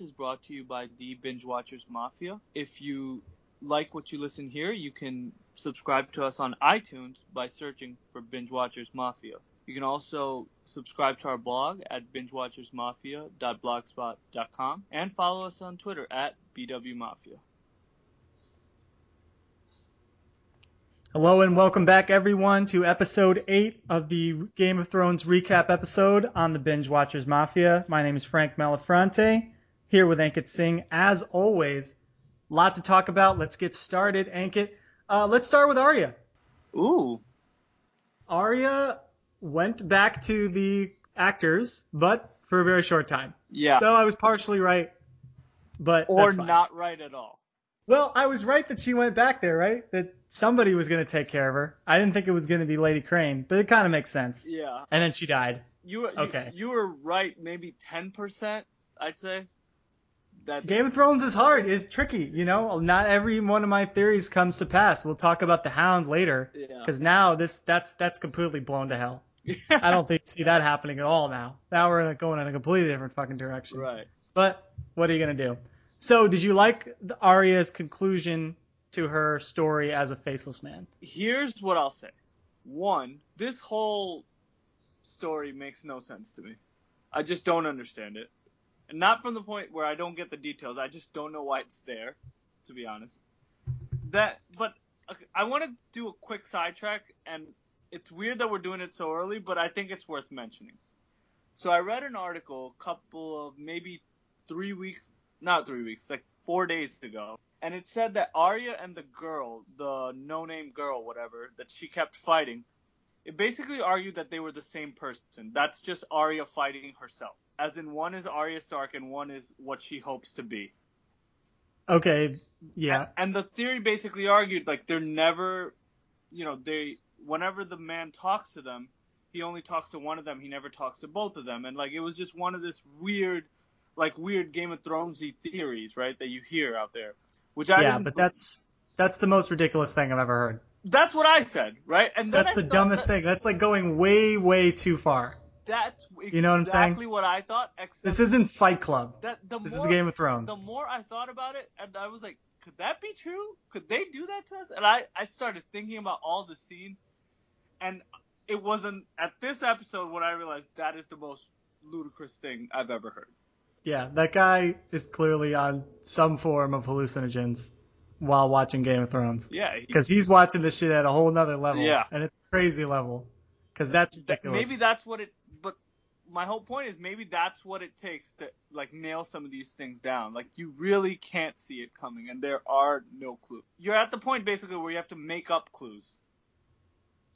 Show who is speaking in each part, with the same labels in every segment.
Speaker 1: is brought to you by the Binge Watchers Mafia. If you like what you listen here, you can subscribe to us on iTunes by searching for Binge Watchers Mafia. You can also subscribe to our blog at bingewatchersmafia.blogspot.com and follow us on Twitter at bwmafia.
Speaker 2: Hello and welcome back, everyone, to episode 8 of the Game of Thrones recap episode on the Binge Watchers Mafia. My name is Frank Malafronte, here with Ankit Singh. As always, lot to talk about. Let's get started, Ankit. Uh, let's start with Arya.
Speaker 1: Ooh,
Speaker 2: Arya went back to the actors, but for a very short time.
Speaker 1: yeah.
Speaker 2: So I was partially right, but
Speaker 1: or
Speaker 2: that's fine.
Speaker 1: not right at all.
Speaker 2: Well, I was right that she went back there, right? That somebody was going to take care of her. I didn't think it was going to be Lady Crane, but it kind of makes sense.
Speaker 1: Yeah.
Speaker 2: And then she died.
Speaker 1: You were,
Speaker 2: Okay.
Speaker 1: you, you were right maybe 10%, I'd say. That
Speaker 2: Game of Thrones is hard, is tricky. You know, not every one of my theories comes to pass. We'll talk about the Hound later,
Speaker 1: Yeah.
Speaker 2: because now this that's that's completely blown to hell. I don't think see that happening at all now. Now we're going in a completely different fucking direction.
Speaker 1: right.
Speaker 2: But what are you gonna do? So, did you like the Arya's conclusion to her story as a faceless man?
Speaker 1: Here's what I'll say. One, this whole story makes no sense to me. I just don't understand it. And not from the point where I don't get the details. I just don't know why it's there, to be honest. That but okay, I want to do a quick sidetrack and it's weird that we're doing it so early, but I think it's worth mentioning. So I read an article a couple of maybe 3 weeks, not 3 weeks, like 4 days ago and it said that Arya and the girl, the no-name girl, whatever, that she kept fighting, it basically argued that they were the same person. That's just Arya fighting herself. As in, one is Arya Stark and one is what she hopes to be.
Speaker 2: Okay, yeah,
Speaker 1: And the theory basically argued like they're never, you know, they whenever the man talks to them, he only talks to one of them. He never talks to both of them. And like it was just one of this weird, like weird Game of Thronesy theories, right? That you hear out there, which I
Speaker 2: yeah,
Speaker 1: didn't
Speaker 2: but
Speaker 1: believe.
Speaker 2: that's that's the most ridiculous thing I've ever heard.
Speaker 1: That's what I said, right? And then
Speaker 2: That's
Speaker 1: I
Speaker 2: the
Speaker 1: thought
Speaker 2: dumbest
Speaker 1: that-
Speaker 2: thing. That's like going way, way too far.
Speaker 1: That's
Speaker 2: You know what I'm saying?
Speaker 1: exactly what I thought. Except
Speaker 2: This isn't Fight Club.
Speaker 1: that the
Speaker 2: This
Speaker 1: more,
Speaker 2: is Game of Thrones.
Speaker 1: The more I thought about it, and I was like, could that be true? Could they do that to us? And I, I started thinking about all the scenes, and it wasn't at this episode when I realized that is the most ludicrous thing I've ever heard.
Speaker 2: Yeah, that guy is clearly on some form of hallucinogens while watching Game of Thrones.
Speaker 1: Yeah, he-
Speaker 2: Because he's watching this shit at a whole nother level.
Speaker 1: Yeah.
Speaker 2: And it's a crazy level. Because that's
Speaker 1: that-
Speaker 2: ridiculous.
Speaker 1: maybe that's what it. But my whole point is maybe that's what it takes to like nail some of these things down. Like you really can't see it coming, and there are no clues. You're at the point basically where you have to make up clues.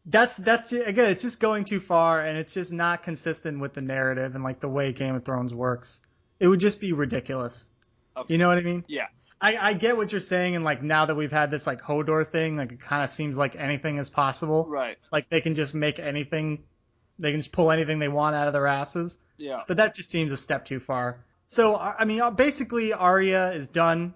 Speaker 2: that's that's again, it's just going too far, and it's just not consistent with the narrative and like the way Game of Thrones works. It would just be ridiculous.
Speaker 1: Okay.
Speaker 2: You know what I mean?
Speaker 1: Yeah.
Speaker 2: I, I get what you're saying, and like now that we've had this like Hodor thing, like it kind of seems like anything is possible.
Speaker 1: Right.
Speaker 2: Like they can just make anything, they can just pull anything they want out of their asses.
Speaker 1: Yeah.
Speaker 2: But that just seems a step too far. So I I mean, basically, Arya is done.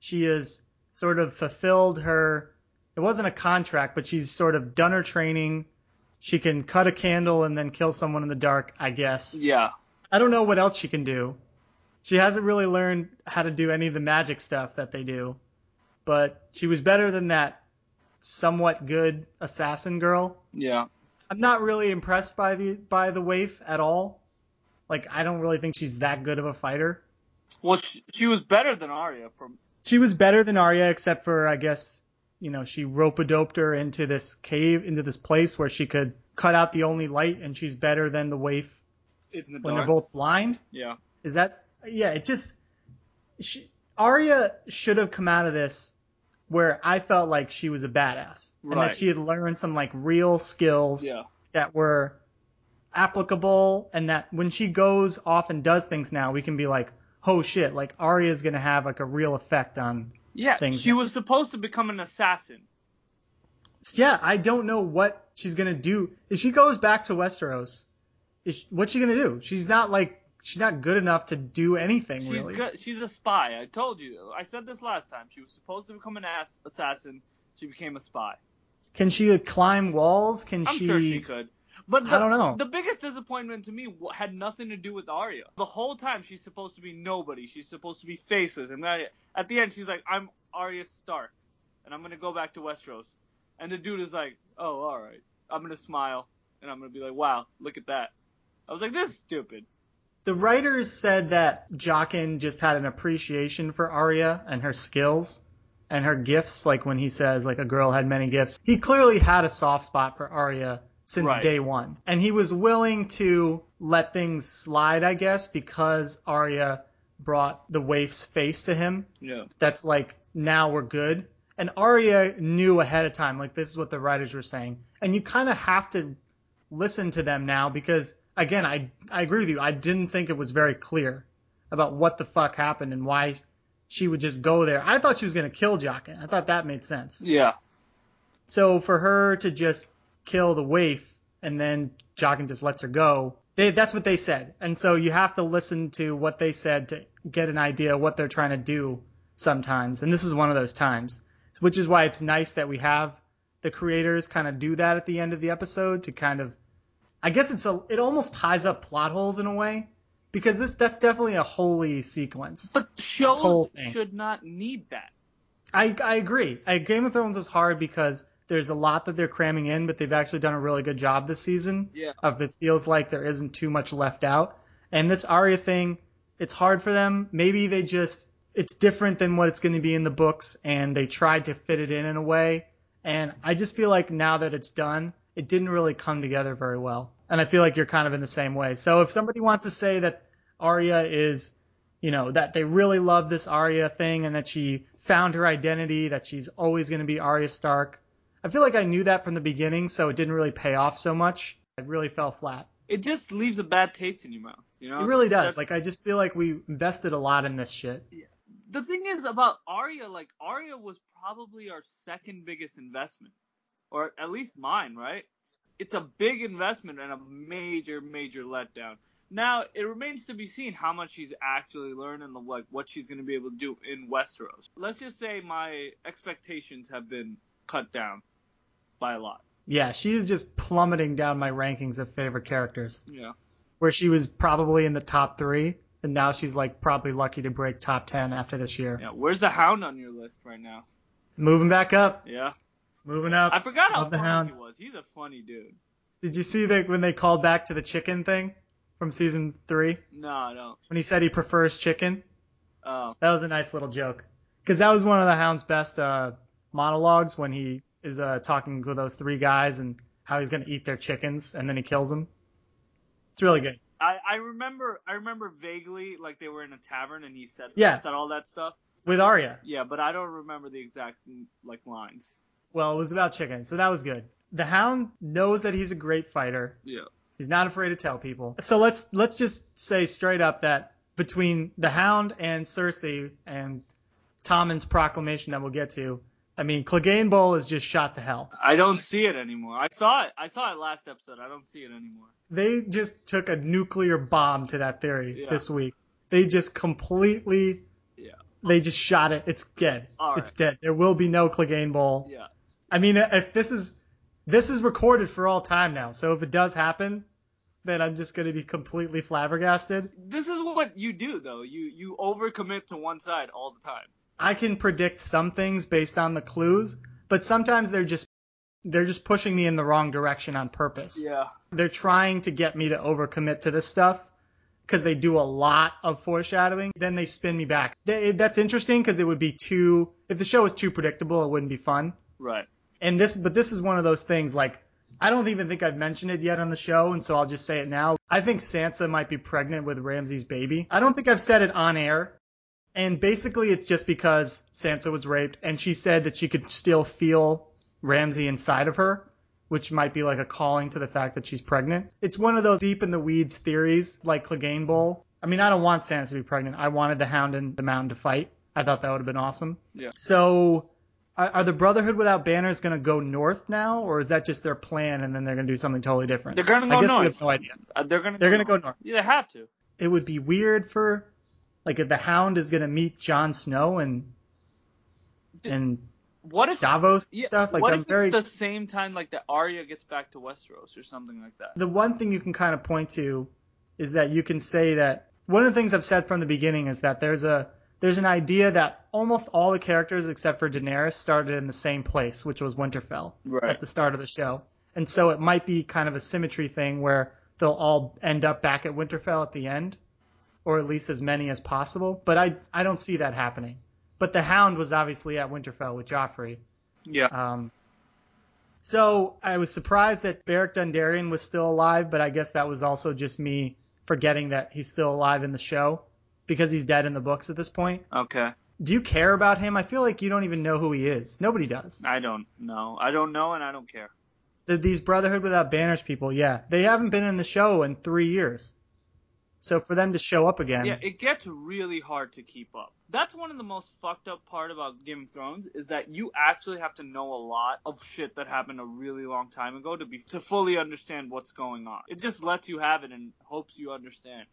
Speaker 2: She has sort of fulfilled her. It wasn't a contract, but she's sort of done her training. She can cut a candle and then kill someone in the dark, I guess.
Speaker 1: Yeah.
Speaker 2: I don't know what else she can do. She hasn't really learned how to do any of the magic stuff that they do, but she was better than that somewhat good assassin girl.
Speaker 1: Yeah.
Speaker 2: I'm not really impressed by the by the waif at all. Like I don't really think she's that good of a fighter.
Speaker 1: Well, she, she was better than Arya from.
Speaker 2: She was better than Arya, except for I guess you know she rope a doped her into this cave, into this place where she could cut out the only light, and she's better than the waif
Speaker 1: In the
Speaker 2: when they're
Speaker 1: dark.
Speaker 2: both blind.
Speaker 1: yeah.
Speaker 2: Is that yeah? It just she, Arya should have come out of this where I felt like she was a badass and
Speaker 1: Right.
Speaker 2: that she had learned some like real skills.
Speaker 1: Yeah.
Speaker 2: that were applicable and that when she goes off and does things now, we can be like, oh shit, like Arya's gonna have like a real effect on.
Speaker 1: Yeah.
Speaker 2: Things-
Speaker 1: She was supposed to become an assassin.
Speaker 2: So, yeah, I don't know what she's gonna do if she goes back to Westeros. Is she, what's she gonna do? She's not like she's not good enough to do anything
Speaker 1: She's
Speaker 2: really.
Speaker 1: go- she's a spy. I told you. I said this last time. She was supposed to become an ass- assassin. She became a spy.
Speaker 2: Can she climb walls? Can
Speaker 1: I'm
Speaker 2: she?
Speaker 1: sure she could. But the,
Speaker 2: I don't know.
Speaker 1: the biggest disappointment to me w- had nothing to do with Arya. The whole time she's supposed to be nobody. She's supposed to be faceless. And then at the end she's like, "I'm Arya Stark, and I'm gonna go back to Westeros." And the dude is like, "Oh, all right." I'm gonna smile and I'm gonna be like, "Wow, look at that." I was like, "This is stupid."
Speaker 2: The writers said that Jockin just had an appreciation for Arya and her skills and her gifts. Like when he says, like a girl had many gifts, he clearly had a soft spot for Arya since
Speaker 1: Right.
Speaker 2: day one, and he was willing to let things slide, I guess, because Arya brought the waif's face to him.
Speaker 1: Yeah.
Speaker 2: That's like now we're good. And Arya knew ahead of time, like this is what the writers were saying, and you kind of have to listen to them now because again I I agree with you I didn't think it was very clear about what the fuck happened and why she would just go there. I thought she was going to kill Jockin. I thought that made sense.
Speaker 1: Yeah.
Speaker 2: So for her to just kill the waif and then Jockin just lets her go. They, that's what they said. And so you have to listen to what they said to get an idea of what they're trying to do sometimes. And this is one of those times, which is why it's nice that we have the creators kind of do that at the end of the episode to kind of I guess it's a it almost ties up plot holes in a way because this that's definitely a holy sequence.
Speaker 1: But shows
Speaker 2: whole thing.
Speaker 1: should not need that.
Speaker 2: I, I agree. I, Game of Thrones is hard because there's a lot that they're cramming in, but they've actually done a really good job this season.
Speaker 1: Yeah.
Speaker 2: Of it feels like there isn't too much left out. And this Arya thing, it's hard for them. Maybe they just it's different than what it's going to be in the books, and they tried to fit it in in a way. And I just feel like now that it's done, it didn't really come together very well. And I feel like you're kind of in the same way. So if somebody wants to say that Arya is you know, that they really love this Arya thing and that she found her identity, that she's always going to be Arya Stark. I feel like I knew that from the beginning, so it didn't really pay off so much. It really fell flat.
Speaker 1: It just leaves a bad taste in your mouth, you know?
Speaker 2: It really does.
Speaker 1: That's-
Speaker 2: Like, I just feel like we invested a lot in this shit.
Speaker 1: the thing is about Arya, like Arya was probably our second biggest investment, or at least mine, right? It's a big investment and a major, major letdown. Now it remains to be seen how much she's actually learned and the, like what she's going to be able to do in Westeros. Let's just say my expectations have been cut down by a lot.
Speaker 2: Yeah, she is just plummeting down my rankings of favorite characters,
Speaker 1: Yeah.
Speaker 2: where she was probably in the top three, and now she's like probably lucky to break top 10 after this year.
Speaker 1: Yeah. Where's the Hound on your list right now?
Speaker 2: Moving back up,
Speaker 1: Yeah.
Speaker 2: moving up.
Speaker 1: I forgot how
Speaker 2: Love the
Speaker 1: funny
Speaker 2: Hound.
Speaker 1: he was. He's a funny dude.
Speaker 2: Did you see that when they called back to the chicken thing from season three?
Speaker 1: No, no.
Speaker 2: when he said he prefers chicken.
Speaker 1: Oh.
Speaker 2: That was a nice little joke. Because that was one of the Hound's best uh, monologues when he is uh, talking with those three guys and how he's going to eat their chickens and then he kills them. It's really good.
Speaker 1: I, I remember I remember vaguely like they were in a tavern and he said
Speaker 2: Yeah.
Speaker 1: said all that stuff.
Speaker 2: With Arya,
Speaker 1: Yeah, but I don't remember the exact like lines.
Speaker 2: well, it was about chicken, so that was good. The Hound knows that he's a great fighter.
Speaker 1: Yeah.
Speaker 2: He's not afraid to tell people. So let's let's just say straight up that between the Hound and Cersei and Tommen's proclamation that we'll get to, I mean, Clegane Bowl is just shot to hell.
Speaker 1: I don't see it anymore. I saw it. I saw it last episode. I don't see it anymore.
Speaker 2: they just took a nuclear bomb to that theory
Speaker 1: Yeah.
Speaker 2: this week. They just completely
Speaker 1: Yeah.
Speaker 2: they just shot it. It's dead.
Speaker 1: All right.
Speaker 2: It's dead. There will be no Clegane Bowl.
Speaker 1: Yeah.
Speaker 2: I mean, if this is this is recorded for all time now, so if it does happen, then I'm just going to be completely flabbergasted.
Speaker 1: This is what you do though. You you overcommit to one side all the time.
Speaker 2: I can predict some things based on the clues, but sometimes they're just they're just pushing me in the wrong direction on purpose.
Speaker 1: Yeah.
Speaker 2: they're trying to get me to overcommit to this stuff because they do a lot of foreshadowing. Then they spin me back. They, that's interesting because it would be too. If the show was too predictable, it wouldn't be fun.
Speaker 1: Right.
Speaker 2: And this, but this is one of those things like I don't even think I've mentioned it yet on the show, and so I'll just say it now. I think Sansa might be pregnant with Ramsay's baby. I don't think I've said it on air. And basically, it's just because Sansa was raped, and she said that she could still feel Ramsay inside of her, which might be like a calling to the fact that she's pregnant. It's one of those deep in the weeds theories, like Clegane Bowl. I mean, I don't want Sansa to be pregnant. I wanted the Hound and the Mountain to fight. I thought that would have been awesome.
Speaker 1: Yeah.
Speaker 2: So, are, are the Brotherhood without banners going to go north now, or is that just their plan and then they're going to do something totally different?
Speaker 1: They're gonna
Speaker 2: I
Speaker 1: go
Speaker 2: guess we
Speaker 1: north.
Speaker 2: have no idea.
Speaker 1: Uh, they're gonna.
Speaker 2: They're going to go north.
Speaker 1: Yeah, they have to.
Speaker 2: It would be weird for, like, if the Hound is going to meet Jon Snow and
Speaker 1: Did-
Speaker 2: and
Speaker 1: What if
Speaker 2: Davos
Speaker 1: yeah,
Speaker 2: stuff. Like
Speaker 1: what
Speaker 2: I'm
Speaker 1: if
Speaker 2: very
Speaker 1: it's the same time like that Arya gets back to Westeros or something like that?
Speaker 2: the one thing you can kind of point to is that you can say that one of the things I've said from the beginning is that there's a there's an idea that almost all the characters except for Daenerys started in the same place, which was Winterfell
Speaker 1: Right.
Speaker 2: at the start of the show. And so it might be kind of a symmetry thing where they'll all end up back at Winterfell at the end, or at least as many as possible. But I I don't see that happening. But the Hound was obviously at Winterfell with Joffrey.
Speaker 1: Yeah.
Speaker 2: Um, so I was surprised that Beric Dondarrion was still alive, but I guess that was also just me forgetting that he's still alive in the show because he's dead in the books at this point.
Speaker 1: Okay.
Speaker 2: Do you care about him? I feel like you don't even know who he is. Nobody does.
Speaker 1: I don't know. I don't know, and I don't care.
Speaker 2: The, these Brotherhood Without Banners people, yeah, they haven't been in the show in three years. So for them to show up again,
Speaker 1: Yeah, it gets really hard to keep up. That's one of the most fucked up part about Game of Thrones is that you actually have to know a lot of shit that happened a really long time ago to be to fully understand what's going on. It just lets you have it and hopes you understand,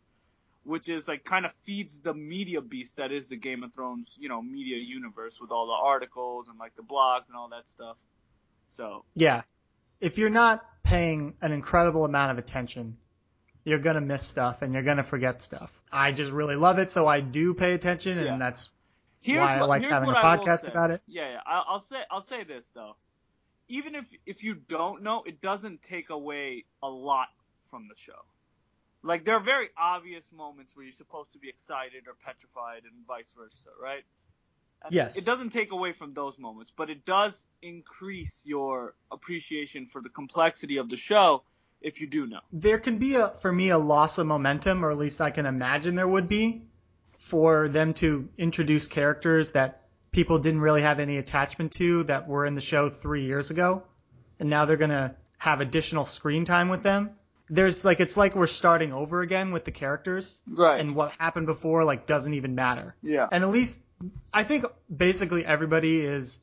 Speaker 1: which is like kind of feeds the media beast that is the Game of Thrones, you know, media universe with all the articles and like the blogs and all that stuff. So,
Speaker 2: yeah, if you're not paying an incredible amount of attention, you're gonna miss stuff and you're gonna forget stuff. I just really love it, so I do pay attention, and
Speaker 1: Yeah.
Speaker 2: that's
Speaker 1: here's
Speaker 2: why I
Speaker 1: what-
Speaker 2: like
Speaker 1: here's
Speaker 2: having a
Speaker 1: what I will
Speaker 2: podcast
Speaker 1: say.
Speaker 2: about it.
Speaker 1: Yeah, yeah. I'll, I'll say I'll say this though. Even if if you don't know, it doesn't take away a lot from the show. Like there are very obvious moments where you're supposed to be excited or petrified, and vice versa, right? And
Speaker 2: Yes.
Speaker 1: It doesn't take away from those moments, but it does increase your appreciation for the complexity of the show if you do know.
Speaker 2: there can be a for me a loss of momentum, or at least I can imagine there would be, for them to introduce characters that people didn't really have any attachment to that were in the show three years ago, and now they're gonna have additional screen time with them. There's like it's like we're starting over again with the characters,
Speaker 1: Right.
Speaker 2: and what happened before like doesn't even matter.
Speaker 1: yeah.
Speaker 2: And at least I think basically everybody is.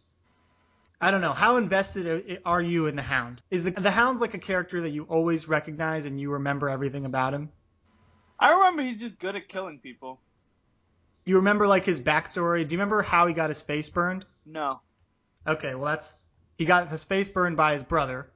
Speaker 2: I don't know how invested i- are you in the Hound? Is the the Hound like a character that you always recognize and you remember everything about him?
Speaker 1: I remember he's just good at killing people.
Speaker 2: You remember like his backstory? Do you remember how he got his face burned?
Speaker 1: No.
Speaker 2: Okay, well that's he got his face burned by his brother,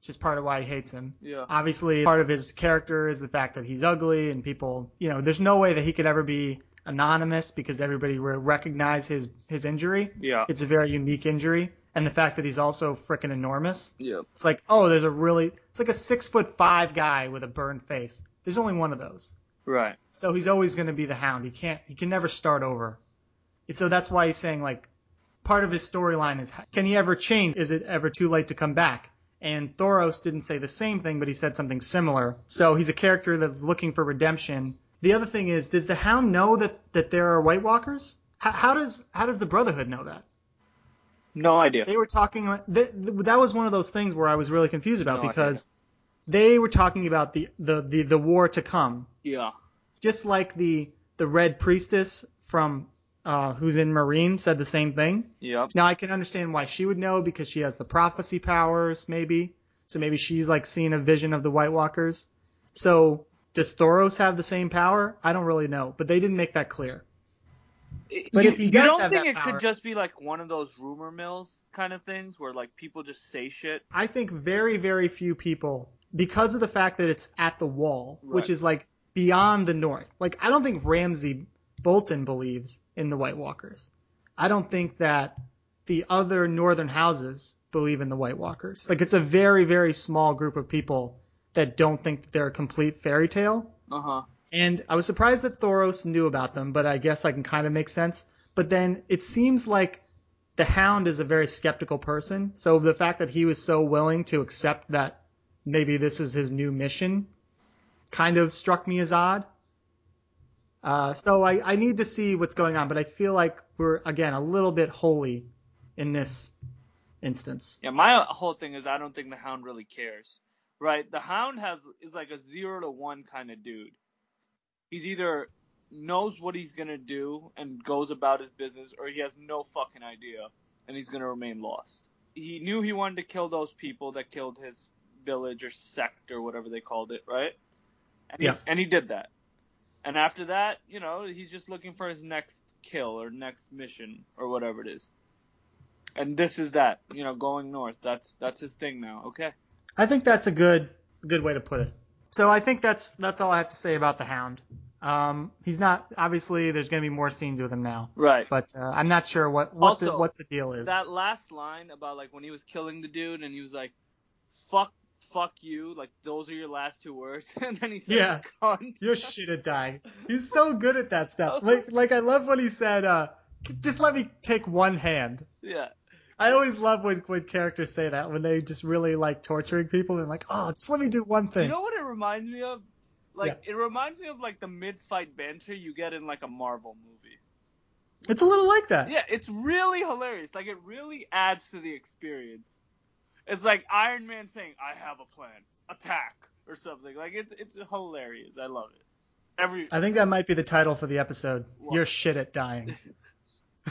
Speaker 2: which is part of why he hates him.
Speaker 1: Yeah.
Speaker 2: Obviously, part of his character is the fact that he's ugly and people, you know, there's no way that he could ever be anonymous because everybody would recognize his his injury.
Speaker 1: Yeah.
Speaker 2: it's a very unique injury, and the fact that he's also freaking enormous.
Speaker 1: Yeah.
Speaker 2: It's like, oh, there's a really, it's like a six foot five guy with a burned face. There's only one of those,
Speaker 1: Right.
Speaker 2: so he's always going to be the hound. He can't, he can never start over. And so that's why he's saying like, part of his storyline is, can he ever change? Is it ever too late to come back? And Thoros didn't say the same thing, but he said something similar. So he's a character that's looking for redemption. The other thing is, does the Hound know that, that there are White Walkers? How, how does how does the Brotherhood know that?
Speaker 1: No idea.
Speaker 2: they were talking about th- th- that was one of those things where I was really confused about
Speaker 1: No
Speaker 2: because they were talking about the, the, the, the war to come,
Speaker 1: Yeah.
Speaker 2: just like the the red priestess from uh, who's in Marine said the same thing.
Speaker 1: Yep.
Speaker 2: Now I can understand why she would know because she has the prophecy powers, maybe. So maybe she's like seeing a vision of the White Walkers. So does Thoros have the same power? I don't really know, but they didn't make that clear. But
Speaker 1: you,
Speaker 2: if he
Speaker 1: you
Speaker 2: does
Speaker 1: don't
Speaker 2: have
Speaker 1: think
Speaker 2: that
Speaker 1: it
Speaker 2: power-
Speaker 1: could just be like one of those rumor mills kind of things where like people just say shit?
Speaker 2: I think very, very few people, because of the fact that it's at the wall, which
Speaker 1: Right.
Speaker 2: is like beyond the north. Like I don't think Ramsey Bolton believes in the White Walkers. I don't think that the other northern houses believe in the White Walkers. Like it's a very, very small group of people that don't think that they're a complete fairy tale.
Speaker 1: Uh huh.
Speaker 2: And I was surprised that Thoros knew about them, but I guess I can kind of make sense. But then it seems like the Hound is a very skeptical person, so the fact that he was so willing to accept that maybe this is his new mission kind of struck me as odd. Uh, so I, I need to see what's going on, but I feel like we're again a little bit holy in this instance.
Speaker 1: Yeah, my whole thing is I don't think the hound really cares. Right? The hound has is like a zero to one kind of dude. He's either knows what he's gonna do and goes about his business, or he has no fucking idea and he's gonna remain lost. He knew he wanted to kill those people that killed his village or sect or whatever they called it, right? And
Speaker 2: Yeah.
Speaker 1: He, and he did that. And after that, you know, he's just looking for his next kill or next mission or whatever it is. and this is that. You know, going north. That's that's his thing now. Okay.
Speaker 2: I think that's a good good way to put it. So I think that's that's all I have to say about the Hound. Um, he's not obviously. There's going to be more scenes with him now,
Speaker 1: Right.
Speaker 2: but uh, I'm not sure what what the,
Speaker 1: Also,
Speaker 2: what's the deal is.
Speaker 1: That last line about like when he was killing the dude and he was like, "Fuck, fuck you." Like those are your last two words, and then he says,
Speaker 2: Yeah.
Speaker 1: "Cunt."
Speaker 2: You're shit at dying. He's so good at that stuff. Like like I love when he said, uh, "Just let me take one hand."
Speaker 1: Yeah.
Speaker 2: I always love when when characters say that when they just really like torturing people and like, oh, just let me do one thing.
Speaker 1: You know what it reminds me of? Like it reminds me of like the mid-fight banter you get in like a Marvel movie.
Speaker 2: it's a little like that.
Speaker 1: Yeah, it's really hilarious. Like it really adds to the experience. It's like Iron Man saying, "I have a plan, attack" or something. Like it's it's hilarious. I love it. Every
Speaker 2: I think that might be the title for the episode.
Speaker 1: What?
Speaker 2: You're shit at dying.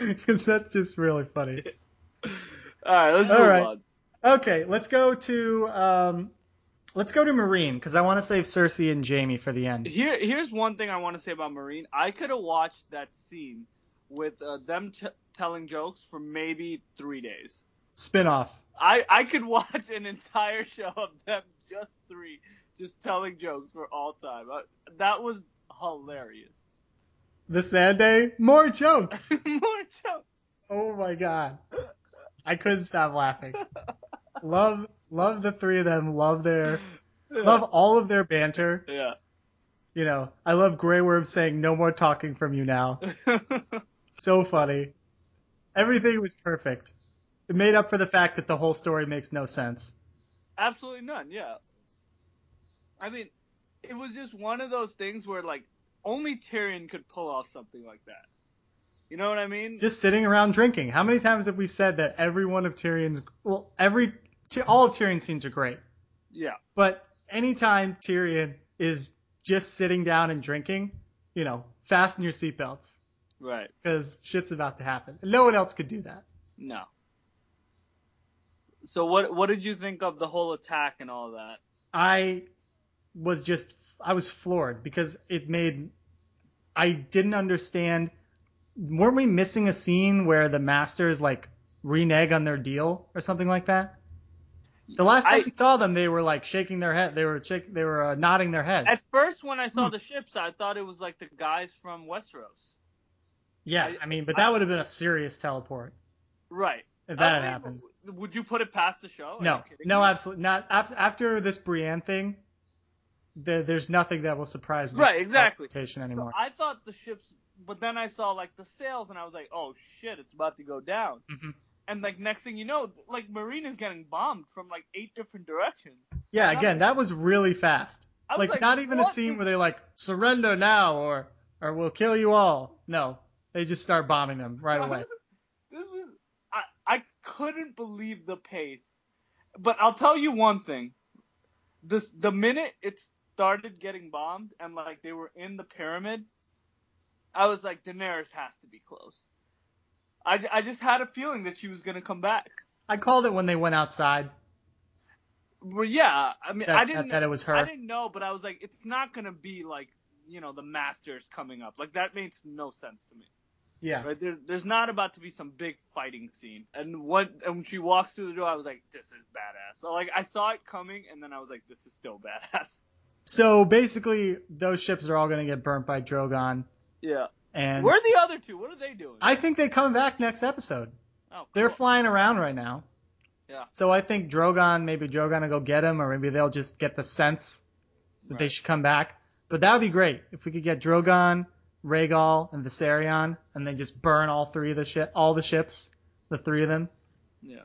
Speaker 2: Because that's just really funny.
Speaker 1: all right, let's
Speaker 2: All
Speaker 1: move
Speaker 2: right.
Speaker 1: on.
Speaker 2: Okay, let's go to um, let's go to Marine because I want to save Cersei and Jamie for the end.
Speaker 1: Here here's one thing I want to say about Marine. I could have watched that scene with uh, them t- telling jokes for maybe three days.
Speaker 2: Spinoff.
Speaker 1: I, I could watch an entire show of them, just three, just telling jokes for all time. I, that was hilarious.
Speaker 2: The Sand Day. More jokes.
Speaker 1: More jokes.
Speaker 2: Oh my god. I couldn't stop laughing. Love love the three of them. Love their love all of their banter.
Speaker 1: Yeah.
Speaker 2: You know, I love Grey Worm saying no more talking from you now. So funny. Everything was perfect. It made up for the fact that the whole story makes no sense.
Speaker 1: Absolutely none. Yeah. I mean, it was just one of those things where like only Tyrion could pull off something like that. You know what I mean?
Speaker 2: Just sitting around drinking. How many times have we said that every one of Tyrion's well, every all of Tyrion's scenes are great.
Speaker 1: yeah.
Speaker 2: But anytime Tyrion is just sitting down and drinking, you know, fasten your seatbelts
Speaker 1: Right.
Speaker 2: because shit's about to happen. No one else could do that.
Speaker 1: No. So what what did you think of the whole attack and all that?
Speaker 2: I was just, I was floored because it made, I didn't understand. Weren't we missing a scene where the masters like renege on their deal or something like that? The last time
Speaker 1: I-
Speaker 2: we saw them, they were like shaking their head. They were shak- they were uh, nodding their heads.
Speaker 1: At first, when I saw
Speaker 2: Hmm.
Speaker 1: the ships, I thought it was like the guys from Westeros.
Speaker 2: yeah,
Speaker 1: I-
Speaker 2: I, mean, but that would have been a serious teleport
Speaker 1: Right.
Speaker 2: if that
Speaker 1: I
Speaker 2: had
Speaker 1: mean,
Speaker 2: happened.
Speaker 1: Would you put it past the show? Are
Speaker 2: No,
Speaker 1: you kidding
Speaker 2: no,
Speaker 1: me?
Speaker 2: absolutely not. Ab- After this Brienne thing, there, there's nothing that will surprise me.
Speaker 1: Right,
Speaker 2: about
Speaker 1: exactly.
Speaker 2: Reputation
Speaker 1: So
Speaker 2: anymore.
Speaker 1: I thought the ships, but then I saw like the sails, and I was like, oh shit, it's about to go down.
Speaker 2: Mhm.
Speaker 1: And like next thing you know, like Marine is getting bombed from like eight different directions.
Speaker 2: yeah,
Speaker 1: I-
Speaker 2: again, that was really fast.
Speaker 1: I was
Speaker 2: Like, not even a
Speaker 1: what
Speaker 2: scene
Speaker 1: the-
Speaker 2: where they like surrender now or or we'll kill you all. No, they just start bombing them right
Speaker 1: Well,
Speaker 2: away.
Speaker 1: This, this was I, I couldn't believe the pace. But I'll tell you one thing. This the minute it started getting bombed and like they were in the pyramid, I was like Daenerys has to be close. I, j- I just had a feeling that she was gonna come back.
Speaker 2: I called it when they went outside
Speaker 1: But yeah, I mean
Speaker 2: that,
Speaker 1: I
Speaker 2: that,
Speaker 1: didn't
Speaker 2: that it was her.
Speaker 1: I didn't know, but I was like it's not gonna be like you know the masters coming up. Like that makes no sense to me.
Speaker 2: yeah,
Speaker 1: Right? There's there's not about to be some big fighting scene. And what and when she walks through the door, I was like, this is badass. So like I saw it coming, and then I was like, this is still badass.
Speaker 2: So basically, those ships are all gonna get burnt by Drogon,
Speaker 1: Yeah.
Speaker 2: and
Speaker 1: Where are the other two? What are they doing?
Speaker 2: I think they come back next episode.
Speaker 1: oh, cool.
Speaker 2: They're flying around right now.
Speaker 1: Yeah.
Speaker 2: So I think Drogon, maybe Drogon will go get him, or maybe they'll just get the sense that they
Speaker 1: Right.
Speaker 2: should come back. But that would be great if we could get Drogon, Rhaegal, and Viserion, and then just burn all three of the ship, all the ships, the three of them.
Speaker 1: Yeah.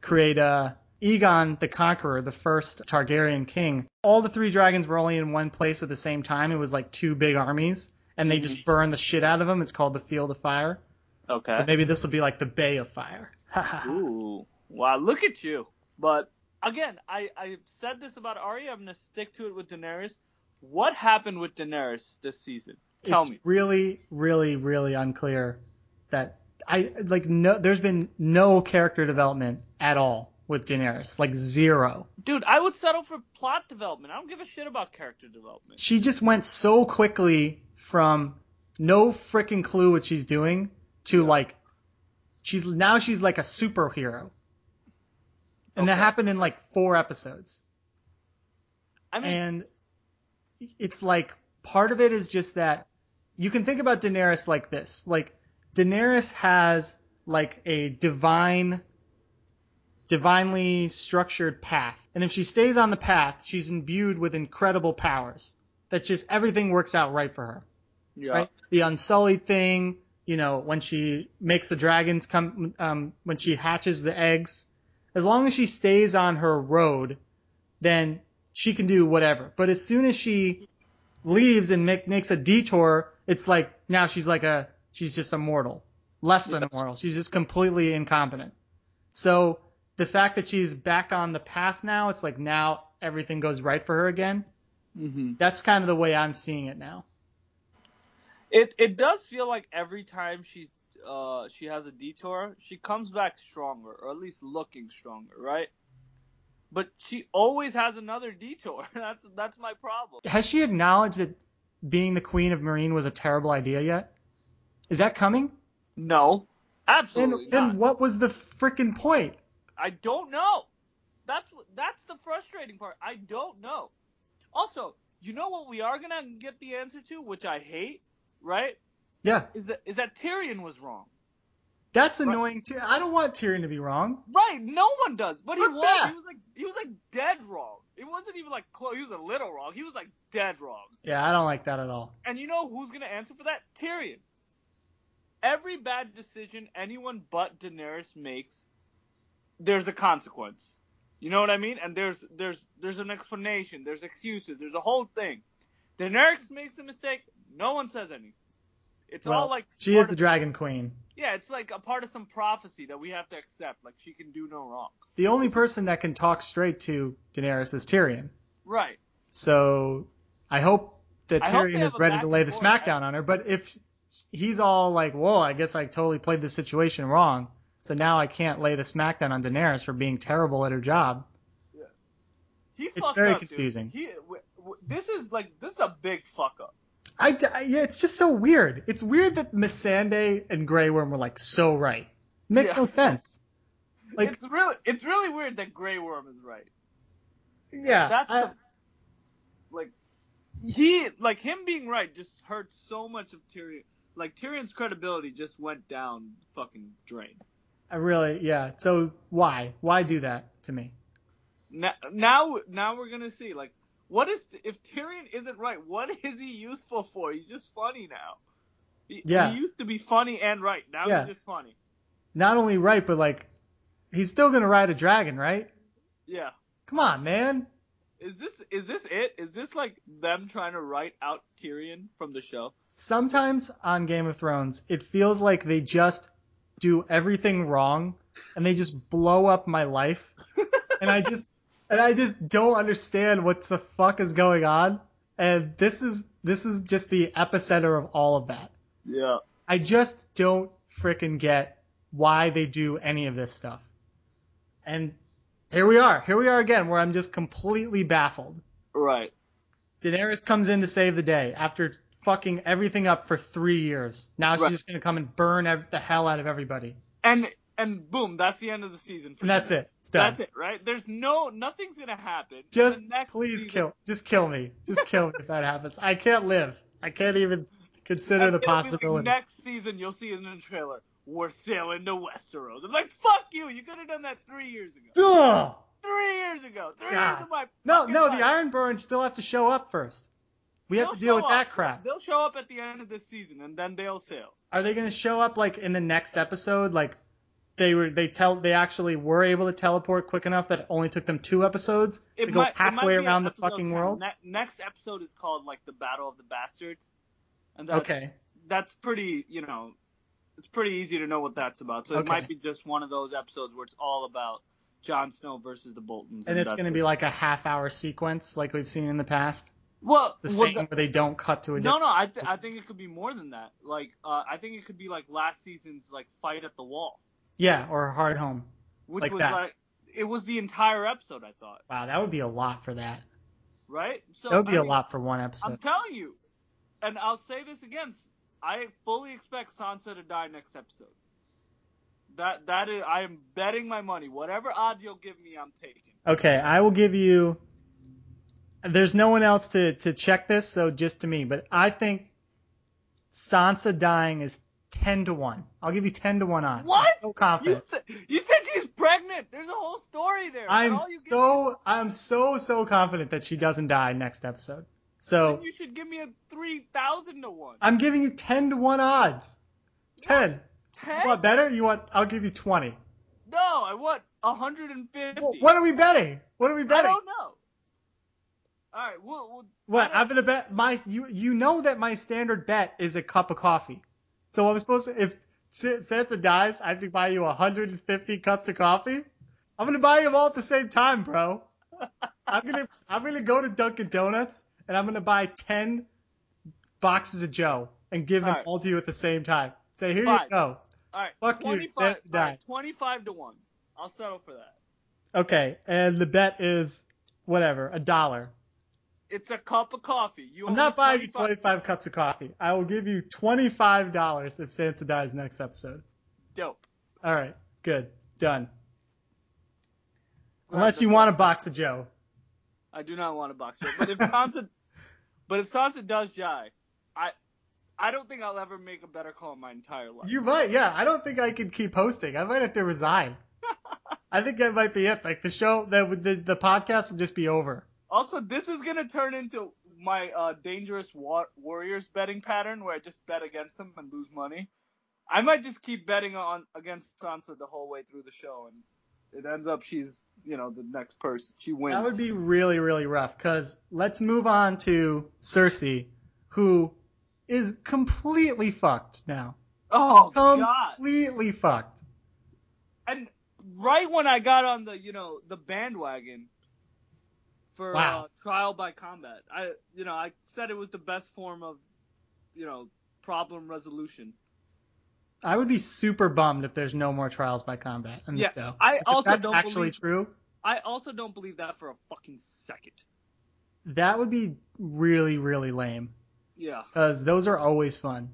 Speaker 2: Create uh, Egon the Conqueror, the first Targaryen king. All the three dragons were only in one place at the same time. It was like two big armies, and they just
Speaker 1: Mhm.
Speaker 2: burn the shit out of them. It's called the Field of Fire. So
Speaker 1: Okay.
Speaker 2: maybe this will be like the Bay of Fire. Ha ha ha.
Speaker 1: Ooh. Wow. Look at you. But again, I I said this about Arya. I'm gonna stick to it with Daenerys. What happened with Daenerys this season? Tell
Speaker 2: it's
Speaker 1: me.
Speaker 2: really, really, really unclear that I like no. There's been no character development at all with Daenerys, like zero.
Speaker 1: Dude, I would settle for plot development. I don't give a shit about character development.
Speaker 2: She just went so quickly from no freaking clue what she's doing to like She's now she's like a superhero. And that
Speaker 1: Okay.
Speaker 2: happened in like four episodes.
Speaker 1: I mean,
Speaker 2: and it's like part of it is just that you can think about Daenerys like this. Like Daenerys has like a divine divinely structured path. And if she stays on the path, she's imbued with incredible powers. That just everything works out right for her
Speaker 1: yeah,
Speaker 2: right? The Unsullied thing, you know, when she makes the dragons come, um, when she hatches the eggs, as long as she stays on her road, then she can do whatever. But as soon as she leaves and make, makes a detour, it's like now she's like a, she's just a mortal, less than a mortal. She's just completely incompetent. So the fact that she's back on the path now, it's like now everything goes right for her again.
Speaker 1: Mm-hmm.
Speaker 2: That's kind of the way I'm seeing it now.
Speaker 1: It it does feel like every time she's uh she has a detour, she comes back stronger, or at least looking stronger, right? But she always has another detour. that's that's my problem.
Speaker 2: has she acknowledged that being the queen of Marine was a terrible idea yet? Is that coming?
Speaker 1: No,
Speaker 2: Then,
Speaker 1: absolutely not.
Speaker 2: then what was the frickin' point?
Speaker 1: I don't know. That's what- that's the frustrating part. I don't know. Also, you know what we are gonna get the answer to, which I hate, right?
Speaker 2: Yeah,
Speaker 1: Is that is that Tyrion was wrong.
Speaker 2: that's
Speaker 1: Right.
Speaker 2: annoying too. I don't want Tyrion to be wrong.
Speaker 1: Right, no one does. But he
Speaker 2: Fuck
Speaker 1: was.
Speaker 2: that.
Speaker 1: He was like he was like dead wrong. It wasn't even like close. He was a little wrong. He was like dead wrong.
Speaker 2: Yeah, I don't like that at all.
Speaker 1: And you know who's gonna answer for that? Tyrion. Every bad decision anyone but Daenerys makes, there's a consequence. You know what I mean? And there's there's there's an explanation. There's excuses. There's a whole thing. Daenerys makes a mistake. No one says anything. It's
Speaker 2: Well,
Speaker 1: all like
Speaker 2: She
Speaker 1: part
Speaker 2: is the
Speaker 1: of-
Speaker 2: Dragon Queen.
Speaker 1: yeah. It's like a part of some prophecy that we have to accept. Like she can do no wrong.
Speaker 2: The only person that can talk straight to Daenerys is Tyrion.
Speaker 1: Right.
Speaker 2: So I hope that
Speaker 1: I hope they
Speaker 2: Tyrion is
Speaker 1: have a
Speaker 2: ready
Speaker 1: back
Speaker 2: to
Speaker 1: and
Speaker 2: lay the
Speaker 1: forth.
Speaker 2: smackdown on her. But if he's all like, "Whoa, I guess I totally played this situation wrong," so now I can't lay the smackdown on Daenerys for being terrible at her job.
Speaker 1: He
Speaker 2: It's
Speaker 1: fucked
Speaker 2: very
Speaker 1: up, dude.
Speaker 2: confusing.
Speaker 1: He, w- w- this is like this is a big fuck up.
Speaker 2: I, d- I- yeah, it's just so weird. It's weird that Missandei and Grey Worm were like so right. Makes
Speaker 1: Yeah.
Speaker 2: no sense. Like-
Speaker 1: it's really it's really weird that Grey Worm is right.
Speaker 2: Yeah,
Speaker 1: That's
Speaker 2: I-
Speaker 1: the, like he like him being right just hurt so much of Tyrion. Like Tyrion's credibility just went down the fucking drain.
Speaker 2: I really, yeah. So why, why do that to me?
Speaker 1: Now now now we're gonna see like what is if Tyrion isn't right? What is he useful for? He's just funny now. He,
Speaker 2: Yeah.
Speaker 1: he used to be funny and right. Now
Speaker 2: Yeah.
Speaker 1: he's just funny.
Speaker 2: Not only right, but like, he's still gonna ride a dragon, right?
Speaker 1: Yeah.
Speaker 2: Come on, man.
Speaker 1: Is this is this it? Is this like them trying to write out Tyrion from the show?
Speaker 2: Sometimes on Game of Thrones, it feels like they just do everything wrong and they just blow up my life, and I just and I just don't understand what the fuck is going on. And this is this is just the epicenter of all of that.
Speaker 1: Yeah.
Speaker 2: I just don't frickin' get why they do any of this stuff. And here we are. Here we are again where I'm just completely baffled.
Speaker 1: Right.
Speaker 2: Daenerys comes in to save the day after fucking everything up for three years. Now she's
Speaker 1: Right.
Speaker 2: just gonna come and burn ev- the hell out of everybody,
Speaker 1: And and boom, that's the end of the season. For
Speaker 2: and that's
Speaker 1: him.
Speaker 2: it. It's done.
Speaker 1: That's it, right? There's no nothing's gonna happen.
Speaker 2: Just
Speaker 1: The next
Speaker 2: please
Speaker 1: season-
Speaker 2: kill. Just kill me. Just kill me if that happens. I can't live. I can't even consider
Speaker 1: and
Speaker 2: the
Speaker 1: it'll be like,
Speaker 2: possibility.
Speaker 1: next season, you'll see in the trailer, we're sailing to Westeros. I'm like, fuck you! You could have done that three years ago.
Speaker 2: Ugh.
Speaker 1: Three years ago. Three
Speaker 2: God.
Speaker 1: years of my
Speaker 2: No,
Speaker 1: fucking
Speaker 2: no,
Speaker 1: life.
Speaker 2: the Ironborn still have to show up first. We have
Speaker 1: They'll
Speaker 2: to deal
Speaker 1: show
Speaker 2: with
Speaker 1: up.
Speaker 2: that crap.
Speaker 1: They'll show up at the end of this season, and then they'll sail.
Speaker 2: Are they going to show up like in the next episode? Like they were, they tell, they actually were able to teleport quick enough that it only took them two episodes to go halfway
Speaker 1: be
Speaker 2: around the
Speaker 1: episode
Speaker 2: fucking
Speaker 1: 10.
Speaker 2: world.
Speaker 1: Ne- next episode is called like the Battle of the Bastards, and that's,
Speaker 2: Okay,
Speaker 1: that's pretty you know, it's pretty easy to know what that's about. So
Speaker 2: Okay.
Speaker 1: it might be just one of those episodes where it's all about Jon Snow versus the Boltons.
Speaker 2: and it's
Speaker 1: that's
Speaker 2: going to
Speaker 1: it.
Speaker 2: be like a half-hour sequence, like we've seen in the past.
Speaker 1: well,
Speaker 2: The
Speaker 1: well,
Speaker 2: same
Speaker 1: the-
Speaker 2: where they don't cut to a.
Speaker 1: no,
Speaker 2: different
Speaker 1: no, I th- I think it could be more than that. Like uh, I think it could be like last season's like fight at the wall,
Speaker 2: Yeah, or a hard home.
Speaker 1: which
Speaker 2: Like
Speaker 1: was
Speaker 2: that.
Speaker 1: like it was the entire episode. I thought,
Speaker 2: Wow, that would be a lot for that.
Speaker 1: right? So
Speaker 2: That would be
Speaker 1: I
Speaker 2: a
Speaker 1: mean,
Speaker 2: lot for one episode.
Speaker 1: I'm telling you, and I'll say this again. I fully expect Sansa to die next episode. That that is I am betting my money. Whatever odds you'll give me, I'm taking.
Speaker 2: Okay, I will give you. There's no one else to to check this, so just to me. But I think Sansa dying is ten to one. I'll give you ten to one odds.
Speaker 1: What?
Speaker 2: I'm so
Speaker 1: You
Speaker 2: confident.
Speaker 1: said, you said she's pregnant. There's a whole story there. but all
Speaker 2: I'm
Speaker 1: you give
Speaker 2: so I'm so so confident that she doesn't die next episode.
Speaker 1: me-
Speaker 2: So
Speaker 1: you should give me a three thousand to one.
Speaker 2: I'm giving you ten to one odds. Ten.
Speaker 1: Ten?
Speaker 2: You want better? You want? I'll give you twenty.
Speaker 1: No, I want hundred and fifty.
Speaker 2: Wh- What are we betting? What are we
Speaker 1: I
Speaker 2: betting?
Speaker 1: don't know. All right, we'll, we'll
Speaker 2: What
Speaker 1: I don't-
Speaker 2: I'm gonna bet my you you know that my standard bet is a cup of coffee. So I'm supposed to if S- Sansa dies, I have to buy you 150 cups of coffee. I'm gonna buy them all at the same time, bro. I'm gonna I'm gonna go to Dunkin' Donuts and I'm gonna buy 10 boxes of Joe and give them
Speaker 1: Alright.
Speaker 2: all to you at the same time. Say here
Speaker 1: Fine.
Speaker 2: you go.
Speaker 1: all right.
Speaker 2: Fuck you,
Speaker 1: 25,
Speaker 2: Sansa
Speaker 1: all right,
Speaker 2: died.
Speaker 1: 25 to one. I'll settle for that.
Speaker 2: Okay, and the bet is whatever a dollar.
Speaker 1: It's a cup of coffee. You
Speaker 2: I'm
Speaker 1: owe me
Speaker 2: not buying you 25 cups of coffee. I will give you $25 if Sansa dies next episode.
Speaker 1: Dope.
Speaker 2: All right, good, done. Unless you want a box of Joe.
Speaker 1: I do not want a box joke. But if Sansa, but if Sansa does die, I, I don't think I'll ever make a better call in my entire life.
Speaker 2: You might, yeah. I don't think I can keep hosting. I might have to resign. I think that might be it. Like the show, the the, the podcast will just be over.
Speaker 1: also, this is gonna turn into my uh, dangerous wa- warriors betting pattern where I just bet against them and lose money. I might just keep betting on against Sansa the whole way through the show, and it ends up she's you know the next person. She wins.
Speaker 2: That would be really, really rough. Because let's move on to Cersei, who is completely fucked now.
Speaker 1: oh god.
Speaker 2: Completely fucked.
Speaker 1: and right when I got on the you know the bandwagon for
Speaker 2: Wow.
Speaker 1: uh, trial by combat, I you know I said it was the best form of you know problem resolution.
Speaker 2: I would be super bummed if there's no more trials by combat in the
Speaker 1: Yeah,
Speaker 2: show.
Speaker 1: I
Speaker 2: If
Speaker 1: also
Speaker 2: that's
Speaker 1: don't
Speaker 2: actually
Speaker 1: believe-
Speaker 2: true.
Speaker 1: I also don't believe that for a fucking second.
Speaker 2: That would be really, really lame
Speaker 1: Yeah,
Speaker 2: because those are always fun.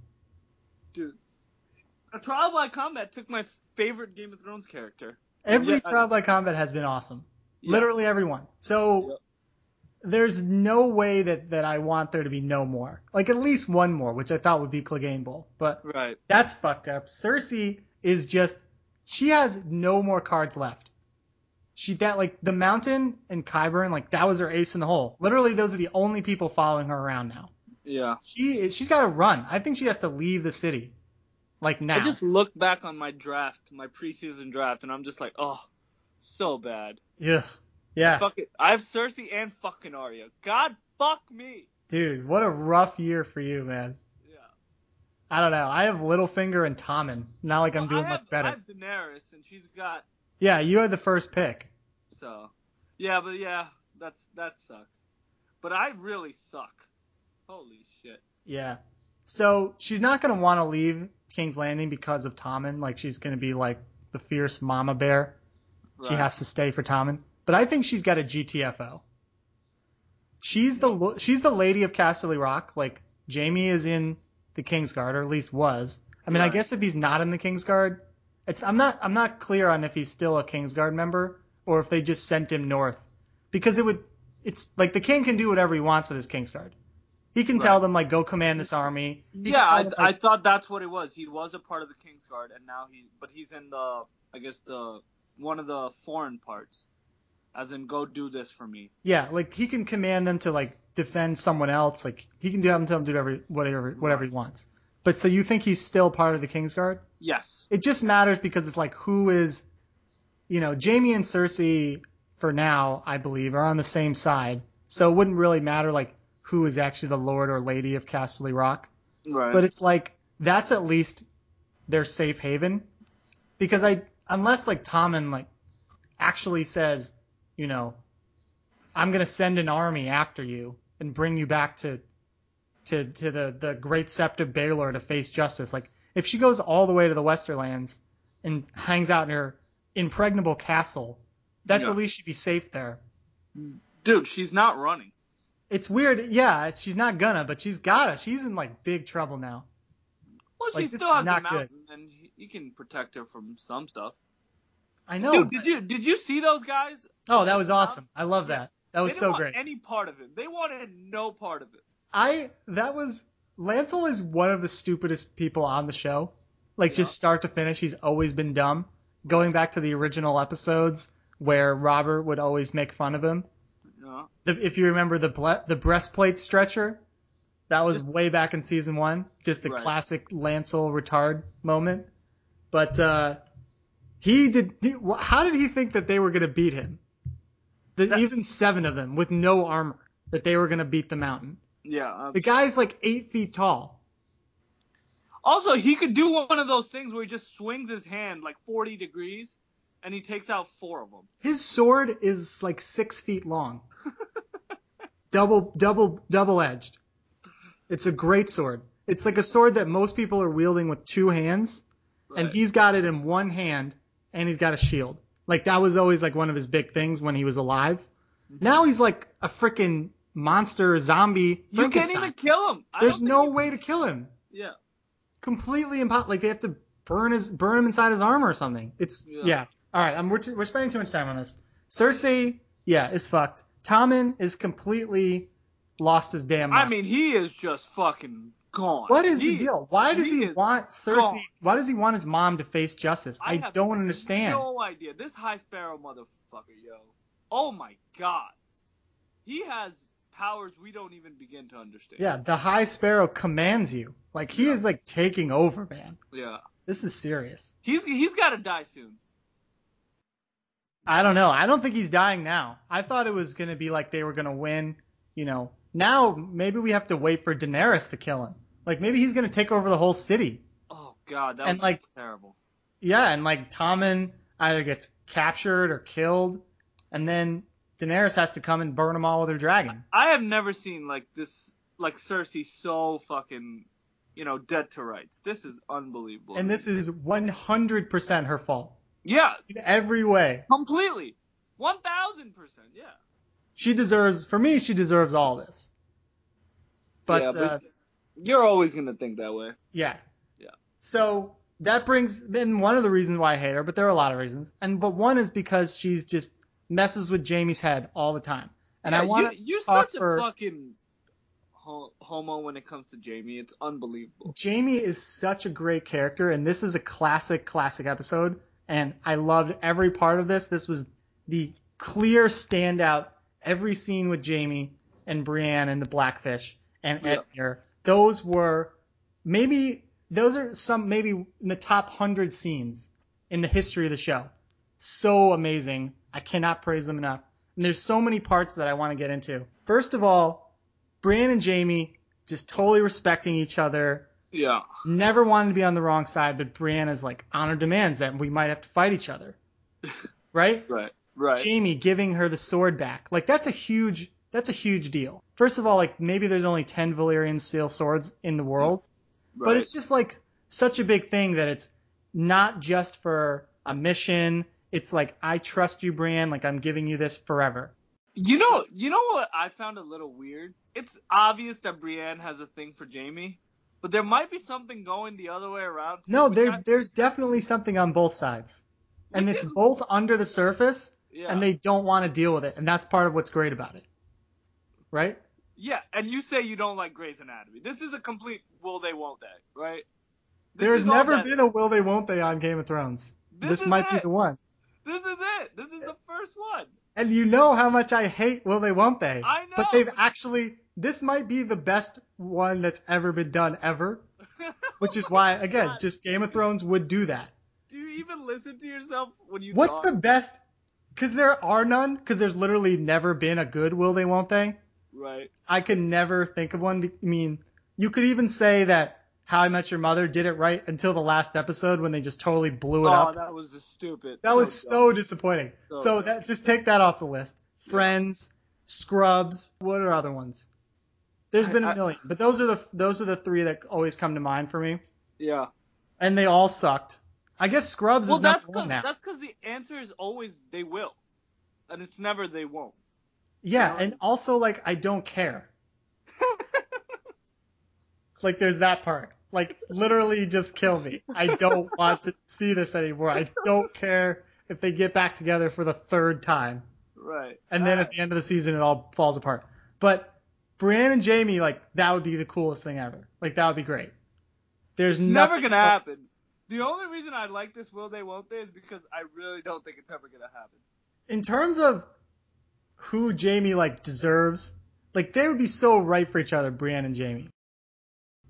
Speaker 1: dude. A trial by combat took my favorite Game of Thrones character.
Speaker 2: Every
Speaker 1: Yeah, I-
Speaker 2: trial by combat has been awesome.
Speaker 1: Yeah.
Speaker 2: Literally everyone. So
Speaker 1: Yep.
Speaker 2: there's no way that, that I want there to be no more. Like at least one more, which I thought would be Clegane Bowl. But
Speaker 1: Right.
Speaker 2: that's fucked up. Cersei is just she has no more cards left. She that like the mountain and Kyburn, like that was her ace in the hole. Literally those are the only people following her around now.
Speaker 1: Yeah.
Speaker 2: She is she's gotta run. I think she has to leave the city. Like now.
Speaker 1: I just look back on my draft, my preseason draft, and I'm just like, oh, so bad.
Speaker 2: Ugh. Yeah.
Speaker 1: Fuck it. I have Cersei and fucking Arya. God fuck me.
Speaker 2: Dude, what a rough year for you, man.
Speaker 1: Yeah.
Speaker 2: I don't know. I have Littlefinger and Tommen. Not like I'm doing
Speaker 1: I have,
Speaker 2: much better.
Speaker 1: I have Daenerys, and she's got
Speaker 2: Yeah, you had the first pick.
Speaker 1: so. Yeah, but yeah, that's that sucks. But I really suck. Holy shit.
Speaker 2: Yeah. So she's not gonna want to leave King's Landing because of Tommen. Like she's gonna be like the fierce mama bear. She
Speaker 1: Right.
Speaker 2: has to stay for Tommen. But I think she's got a GTFO. She's the lo- she's the lady of Casterly Rock. Like Jamie is in the Kingsguard, or at least was. I mean, I
Speaker 1: Right.
Speaker 2: guess if he's not in the Kingsguard, it's, I'm not I'm not clear on if he's still a Kingsguard member or if they just sent him north because it would it's like the king can do whatever he wants with his Kingsguard. He can
Speaker 1: Right.
Speaker 2: tell them like go command this army. He can
Speaker 1: Yeah,
Speaker 2: tell
Speaker 1: I,
Speaker 2: them,
Speaker 1: I
Speaker 2: like,
Speaker 1: thought that's what it was. He was a part of the Kingsguard, and now he, but he's in the, I guess the one of the foreign parts, as in go do this for me.
Speaker 2: Yeah, like he can command them to like defend someone else. Like he can do them tell them to do whatever whatever whatever he wants. But so you think he's still part of the Kingsguard?
Speaker 1: Yes.
Speaker 2: It just matters because it's like who is, you know, Jamie and Cersei for now, I believe, are on the same side. So it wouldn't really matter like who is actually the Lord or Lady of Casterly Rock.
Speaker 1: Right.
Speaker 2: But it's like that's at least their safe haven because I unless like Tommen like actually says, you know, I'm gonna send an army after you and bring you back to to to the the great sept of Baelor to face justice. Like if she goes all the way to the Westerlands and hangs out in her impregnable castle, that's
Speaker 1: Yeah.
Speaker 2: at least she'd be safe there.
Speaker 1: dude, she's not running.
Speaker 2: It's weird, yeah. She's not gonna, but she's gotta. She's in like big trouble now.
Speaker 1: Well,
Speaker 2: Like,
Speaker 1: she
Speaker 2: this
Speaker 1: still
Speaker 2: is
Speaker 1: has the
Speaker 2: not good.
Speaker 1: mountain, and he, he can protect her from some stuff.
Speaker 2: I know.
Speaker 1: Dude,
Speaker 2: but-
Speaker 1: did you did you see those guys?
Speaker 2: oh, that was awesome. I love that. That was
Speaker 1: they didn't
Speaker 2: so
Speaker 1: want
Speaker 2: great.
Speaker 1: Any part of it? They wanted no part of it.
Speaker 2: I that was Lancel is one of the stupidest people on the show. Like
Speaker 1: Yeah.
Speaker 2: just start to finish, he's always been dumb. Going back to the original episodes where Robert would always make fun of him.
Speaker 1: You know?
Speaker 2: The, if you remember the ble- the breastplate stretcher, that was
Speaker 1: Just-
Speaker 2: way back in season one. Just a
Speaker 1: Right.
Speaker 2: classic Lancel retard moment. But uh, he did. He, wh- how did he think that they were going to beat him? The,
Speaker 1: That-
Speaker 2: even seven of them with no armor, that they were going to beat the mountain.
Speaker 1: Yeah. um,
Speaker 2: The guy's like eight feet tall.
Speaker 1: Also, he could do one of those things where he just swings his hand like 40 degrees, and he takes out four of them.
Speaker 2: His sword is like six feet long. double, double, double edged. It's a great sword. It's like a sword that most people are wielding with two hands, and
Speaker 1: Right.
Speaker 2: he's got it in one hand, and he's got a shield. Like that was always like one of his big things when he was alive. Now he's like a freaking monster zombie.
Speaker 1: Mm-hmm. you can't even kill him. I
Speaker 2: There's
Speaker 1: don't think
Speaker 2: no
Speaker 1: you-
Speaker 2: way to kill him.
Speaker 1: Yeah.
Speaker 2: completely impossible. Like they have to burn his burn him inside his armor or something. It's yeah.
Speaker 1: Yeah.
Speaker 2: All right, I'm, we're, t- we're spending too much time on this. Cersei, yeah, is fucked. Tommen is completely lost his damn mind.
Speaker 1: I mean, he is just fucking gone.
Speaker 2: what is
Speaker 1: He-
Speaker 2: the deal? Why does
Speaker 1: he
Speaker 2: he,
Speaker 1: is
Speaker 2: want Cersei?
Speaker 1: gone.
Speaker 2: Why does he want his mom to face justice? I,
Speaker 1: have
Speaker 2: don't understand.
Speaker 1: No idea. This high sparrow motherfucker, yo. Oh my god. He has powers we don't even begin to understand.
Speaker 2: Yeah, the High Sparrow commands you. Like he
Speaker 1: Yeah.
Speaker 2: is like taking over, man.
Speaker 1: Yeah.
Speaker 2: This is serious.
Speaker 1: He's he's got to die soon.
Speaker 2: I don't know. I don't think he's dying now. I thought it was going to be like they were going to win, you know. Now maybe we have to wait for Daenerys to kill him. Like maybe he's going to take over the whole city.
Speaker 1: Oh god, that
Speaker 2: And,
Speaker 1: was
Speaker 2: like-
Speaker 1: terrible.
Speaker 2: Yeah, and like Tommen either gets captured or killed, and then Daenerys has to come and burn them all with her dragon.
Speaker 1: I have never seen like this like Cersei so fucking you know dead to rights. This is unbelievable.
Speaker 2: And this is 100% her fault
Speaker 1: yeah,
Speaker 2: in every way.
Speaker 1: completely. 1000%. Yeah.
Speaker 2: She deserves for me she deserves all this. But,
Speaker 1: Yeah,
Speaker 2: uh,
Speaker 1: You're always going to think that way.
Speaker 2: Yeah.
Speaker 1: Yeah.
Speaker 2: So that brings then one of the reasons why I hate her, but there are a lot of reasons. And but one is because she's just messes with Jamie's head all the time. And
Speaker 1: Yeah,
Speaker 2: I want
Speaker 1: you, you're
Speaker 2: talk
Speaker 1: such a
Speaker 2: for-
Speaker 1: fucking ho- homo when it comes to Jamie. It's unbelievable.
Speaker 2: Jamie is such a great character and this is a classic classic episode and I loved every part of this. This was the clear standout every scene with Jamie and Brienne and the Blackfish and
Speaker 1: Yeah.
Speaker 2: Edgar. Those were maybe those are some maybe in the top 100 scenes in the history of the show. So amazing. I cannot praise them enough. And there's so many parts that I want to get into. First of all, Brienne and Jamie just totally respecting each other.
Speaker 1: Yeah.
Speaker 2: Never wanted to be on the wrong side, but Brienne is like, honor demands that we might have to fight each other. Right?
Speaker 1: Right. Right.
Speaker 2: Jamie giving her the sword back. Like that's a huge that's a huge deal. First of all, like maybe there's only 10 Valyrian steel swords in the world, but
Speaker 1: Mm, right.
Speaker 2: it's just like such a big thing that it's not just for a mission. It's like I trust you, Brienne. Like I'm giving you this forever.
Speaker 1: you know you know what I found a little weird. It's obvious that Brienne has a thing for Jamie, but there might be something going the other way around. too.
Speaker 2: No,
Speaker 1: We
Speaker 2: there
Speaker 1: got-
Speaker 2: there's definitely something on both sides,
Speaker 1: we
Speaker 2: and it's
Speaker 1: didn't-
Speaker 2: both under the surface,
Speaker 1: yeah.
Speaker 2: and they don't want to deal with it, and that's part of what's great about it, right?
Speaker 1: Yeah, and you say you don't like Grey's Anatomy. This is a complete will they won't they, right? This
Speaker 2: There's
Speaker 1: is all
Speaker 2: never
Speaker 1: that-
Speaker 2: been a will they won't they on Game of Thrones.
Speaker 1: This
Speaker 2: This,
Speaker 1: is
Speaker 2: might be
Speaker 1: it.
Speaker 2: the one.
Speaker 1: This is it. This is the first one.
Speaker 2: And you know how much I hate will they won't they.
Speaker 1: I know.
Speaker 2: But they've actually this might be the best one that's ever been done ever. Which is why again,
Speaker 1: God.
Speaker 2: just Game of Thrones would do that.
Speaker 1: Do you even listen to yourself when you
Speaker 2: What's
Speaker 1: talk?
Speaker 2: the best cuz there are none cuz there's literally never been a good will they won't they.
Speaker 1: right?
Speaker 2: I can never think of one. I mean, you could even say that How I Met Your Mother did it right until the last episode when they just totally blew it
Speaker 1: oh,
Speaker 2: up.
Speaker 1: that was just stupid.
Speaker 2: That was so
Speaker 1: dumb.
Speaker 2: disappointing.
Speaker 1: So
Speaker 2: So
Speaker 1: dumb.
Speaker 2: that just take that off the list.
Speaker 1: Yeah.
Speaker 2: Friends, Scrubs. What are other ones? There's
Speaker 1: I-
Speaker 2: been a
Speaker 1: I-
Speaker 2: million, but those are the those are the three that always come to mind for me,
Speaker 1: yeah.
Speaker 2: and they all sucked. I guess Scrubs
Speaker 1: Well,
Speaker 2: is number
Speaker 1: that's
Speaker 2: one
Speaker 1: cause,
Speaker 2: now.
Speaker 1: that's because the answer is always they will, and it's never they won't.
Speaker 2: Yeah,
Speaker 1: Yeah.
Speaker 2: and also like I don't care. like there's that part. Like literally just kill me. I don't want to see this anymore. I don't care if they get back together for the third time.
Speaker 1: Right.
Speaker 2: And then
Speaker 1: Ah,
Speaker 2: at the end of the season it all falls apart. But Brienne and Jamie, like, that would be the coolest thing ever. Like that would be great. There's
Speaker 1: it's never
Speaker 2: nothing-
Speaker 1: gonna happen. The only reason I like this will they won't they is because I really don't think it's ever gonna happen.
Speaker 2: in terms of who Jamie like deserves, like they would be so right for each other, Brienne and Jamie.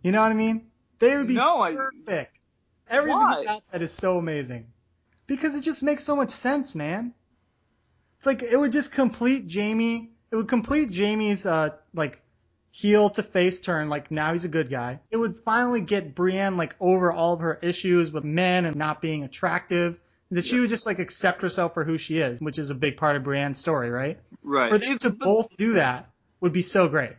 Speaker 2: You know what I mean? They would be
Speaker 1: No, I-
Speaker 2: perfect. Everything
Speaker 1: Why?
Speaker 2: about that is so amazing. Because it just makes so much sense, man. It's like it would just complete Jamie. It would complete Jamie's uh like heel to face turn. Like now he's a good guy. It would finally get Brienne like over all of her issues with men and not being attractive. That she would just like accept herself for who she is, which is a big part of Brienne's story, right?
Speaker 1: Right.
Speaker 2: For them to both do that would be so great. It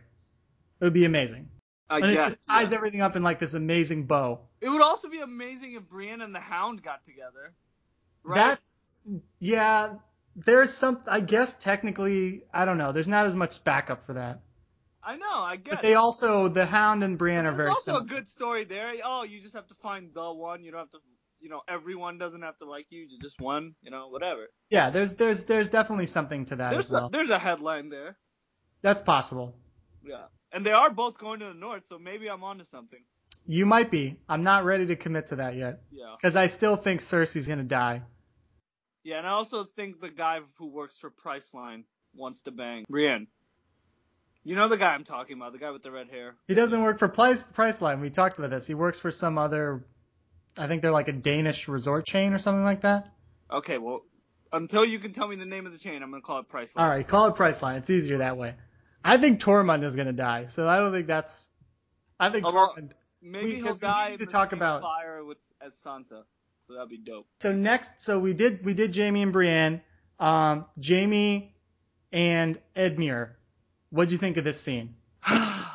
Speaker 2: would be amazing.
Speaker 1: I
Speaker 2: and
Speaker 1: guess.
Speaker 2: it just ties
Speaker 1: yeah.
Speaker 2: everything up in like this amazing bow.
Speaker 1: It would also be amazing if Brienne and the Hound got together. Right.
Speaker 2: That's yeah. There's some. I guess technically, I don't know. There's not as much backup for that.
Speaker 1: I know. I guess.
Speaker 2: But they also, the Hound and Brienne are
Speaker 1: There's
Speaker 2: very
Speaker 1: also
Speaker 2: similar.
Speaker 1: a good story there. Oh, you just have to find the one. You don't have to. You know, everyone doesn't have to like you. You just one. You know, whatever.
Speaker 2: Yeah, there's there's there's definitely something to that
Speaker 1: There's
Speaker 2: as well.
Speaker 1: a, there's a headline there.
Speaker 2: That's possible.
Speaker 1: Yeah. And they are both going to the north, so maybe I'm onto something.
Speaker 2: You might be. I'm not ready to commit to that yet
Speaker 1: Yeah.
Speaker 2: because I still think Cersei's gonna die.
Speaker 1: Yeah, and I also think the guy who works for Priceline wants to bang Brienne. You know the guy I'm talking about, the guy with the red hair.
Speaker 2: He doesn't work for Price Priceline. We talked about this. He works for some other. I think they're like a Danish resort chain or something like that.
Speaker 1: Okay, well, until you can tell me the name of the chain, I'm gonna call it Priceline.
Speaker 2: All right, call it Priceline. It's easier that way. I think Tormund is gonna die, so I don't think that's. I think
Speaker 1: Although-
Speaker 2: Tormund.
Speaker 1: Maybe he'll
Speaker 2: because we
Speaker 1: die
Speaker 2: need to
Speaker 1: in the
Speaker 2: talk
Speaker 1: Ring of
Speaker 2: about-
Speaker 1: fire with as Sansa, so that'd be dope.
Speaker 2: So next, so we did we did Jamie and Brienne, um, Jamie and Edmure. What'd you think of this scene?
Speaker 1: I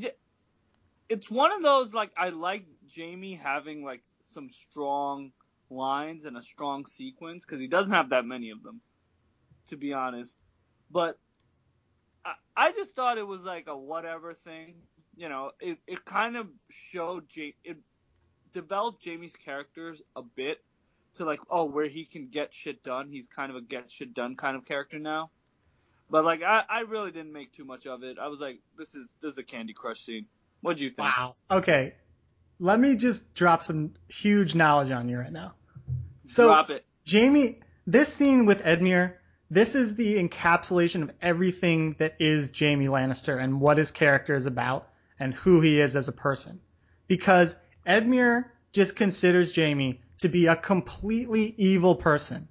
Speaker 1: just, it's one of those like I like Jamie having like some strong lines and a strong sequence because he doesn't have that many of them, to be honest. But I, I just thought it was like a whatever thing, you know. It it kind of showed Ja- it developed Jamie's characters a bit to like oh where he can get shit done. He's kind of a get shit done kind of character now. But like I, I really didn't make too much of it. I was like, this is this is a Candy Crush scene. What do you think?
Speaker 2: Wow. Okay, let me just drop some huge knowledge on you right now. So
Speaker 1: Drop it.
Speaker 2: Jamie, this scene with Edmure, this is the encapsulation of everything that is Jamie Lannister and what his character is about and who he is as a person. Because Edmure just considers Jamie to be a completely evil person.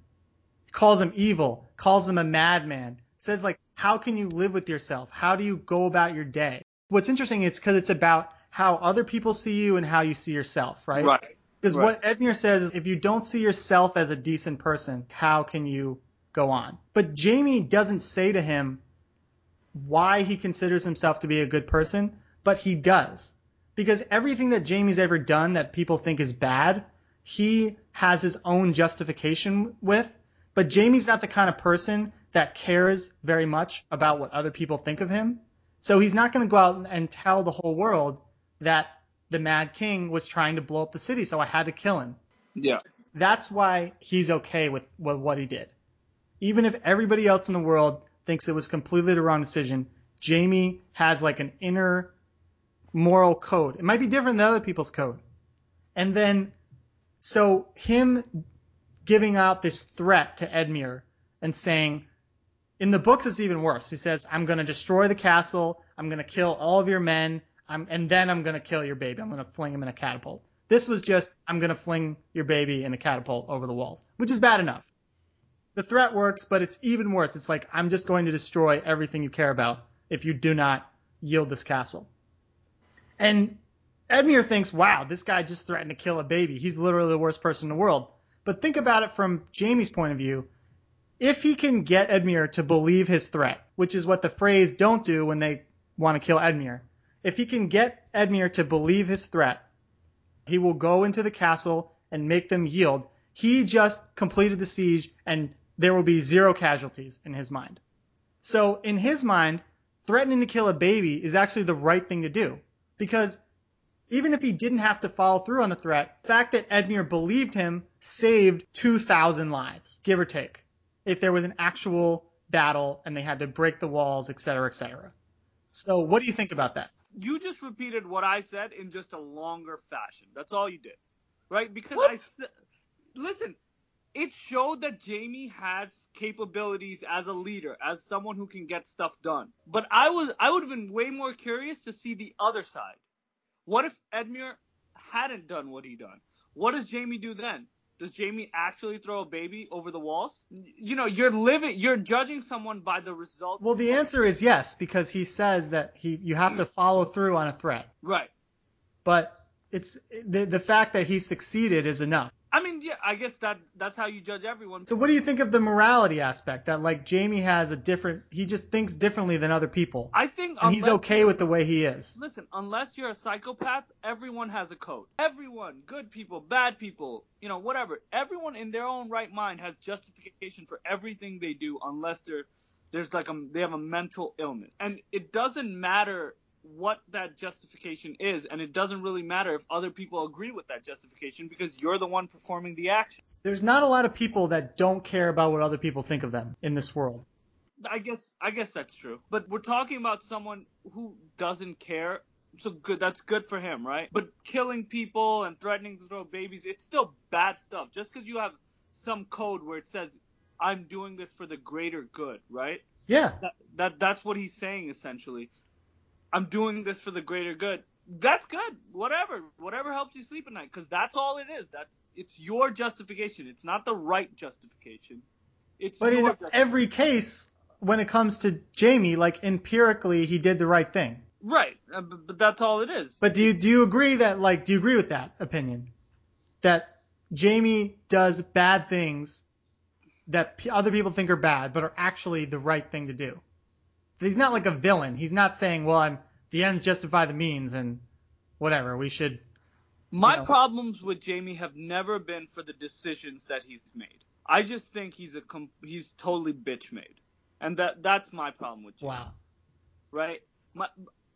Speaker 2: Calls him evil, calls him a madman, says like, how can you live with yourself? How do you go about your day? What's interesting is because it's about how other people see you and how you see yourself, right?
Speaker 1: Right.
Speaker 2: Because
Speaker 1: Right.
Speaker 2: what Edmure says is if you don't see yourself as a decent person, how can you go on? But Jamie doesn't say to him why he considers himself to be a good person, but he does. Because everything that Jamie's ever done that people think is bad, he has his own justification with. But Jamie's not the kind of person that cares very much about what other people think of him. So he's not going to go out and tell the whole world that the Mad King was trying to blow up the city, so I had to kill him.
Speaker 1: Yeah.
Speaker 2: That's why he's okay with, with what he did. Even if everybody else in the world thinks it was completely the wrong decision, Jamie has like an inner moral code. It might be different than other people's code. And then, so him giving out this threat to Edmure and saying, in the books, it's even worse. He says, I'm going to destroy the castle. I'm going to kill all of your men. I'm, and then I'm going to kill your baby. I'm going to fling him in a catapult. This was just, I'm going to fling your baby in a catapult over the walls, which is bad enough. The threat works, but it's even worse. It's like, I'm just going to destroy everything you care about if you do not yield this castle. And Edmure thinks, wow, this guy just threatened to kill a baby. He's literally the worst person in the world. But think about it from Jamie's point of view if he can get Edmure to believe his threat, which is what the phrase don't do when they want to kill Edmure, if he can get Edmure to believe his threat, he will go into the castle and make them yield. He just completed the siege and there will be zero casualties in his mind. So in his mind, threatening to kill a baby is actually the right thing to do because Even if he didn't have to follow through on the threat, the fact that Edmure believed him saved 2,000 lives, give or take, if there was an actual battle and they had to break the walls, et cetera, et cetera. So, what do you think about that?
Speaker 1: You just repeated what I said in just a longer fashion. That's all you did, right? Because
Speaker 2: What?
Speaker 1: I s- listen. It showed that Jamie has capabilities as a leader, as someone who can get stuff done. But I was I would have been way more curious to see the other side. What if Edmure hadn't done what he done? What does Jamie do then? Does Jamie actually throw a baby over the walls? You know, you're living, you're judging someone by the result.
Speaker 2: Well, the answer is yes, because he says that he you have to follow through on a threat.
Speaker 1: right.
Speaker 2: But it's the, the fact that he succeeded is enough.
Speaker 1: I mean, yeah, I guess that that's how you judge everyone.
Speaker 2: So what do you think of the morality aspect that like Jamie has a different he just thinks differently than other people.
Speaker 1: I think
Speaker 2: and he's
Speaker 1: unless-
Speaker 2: okay with the way he is.
Speaker 1: Listen, unless you're a psychopath, everyone has a code. Everyone, good people, bad people, you know, whatever. Everyone in their own right mind has justification for everything they do, unless they're there's like a they have a mental illness, and it doesn't matter what that justification is, and it doesn't really matter if other people agree with that justification because you're the one performing the action.
Speaker 2: There's not a lot of people that don't care about what other people think of them in this world.
Speaker 1: I guess I guess that's true. But we're talking about someone who doesn't care. So good that's good for him, right? But killing people and threatening to throw babies, it's still bad stuff. Just cuz you have some code where it says I'm doing this for the greater good, right?
Speaker 2: Yeah.
Speaker 1: That, that that's what he's saying essentially. I'm doing this for the greater good. That's good. Whatever. Whatever helps you sleep at night cuz that's all it is. That's it's your justification. It's not the right justification. It's
Speaker 2: But
Speaker 1: your
Speaker 2: in
Speaker 1: justification.
Speaker 2: every case when it comes to Jamie, like empirically he did the right thing.
Speaker 1: Right, uh, but, but that's all it is.
Speaker 2: But do you do you agree that like do you agree with that opinion that Jamie does bad things that p- other people think are bad but are actually the right thing to do? He's not like a villain. He's not saying, "Well, I'm the ends justify the means and whatever. We should."
Speaker 1: My
Speaker 2: know.
Speaker 1: problems with Jamie have never been for the decisions that he's made. I just think he's a com- he's totally bitch made, and that that's my problem with Jamie.
Speaker 2: Wow.
Speaker 1: Right? My,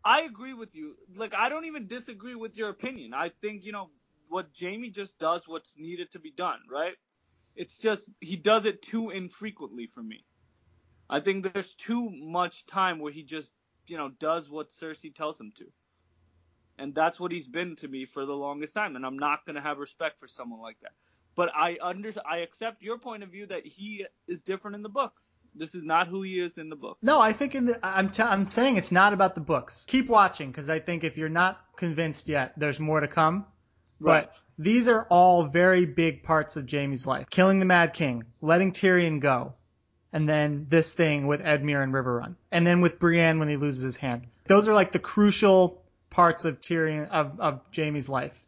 Speaker 1: I agree with you. Like I don't even disagree with your opinion. I think you know what Jamie just does what's needed to be done. Right? It's just he does it too infrequently for me. I think there's too much time where he just you know does what Cersei tells him to. and that's what he's been to me for the longest time and i'm not going to have respect for someone like that but i under i accept your point of view that he is different in the books this is not who he is in the book
Speaker 2: No, I think in the, I'm t- I'm saying it's not about the books. Keep watching because I think if you're not convinced yet, there's more to come.
Speaker 1: Right.
Speaker 2: But these are all very big parts of Jamie's life. Killing the Mad King, letting Tyrion go, and then this thing with Edmure and River Run, and then with Brienne when he loses his hand. Those are like the crucial parts of Tyrion of, of Jamie's life.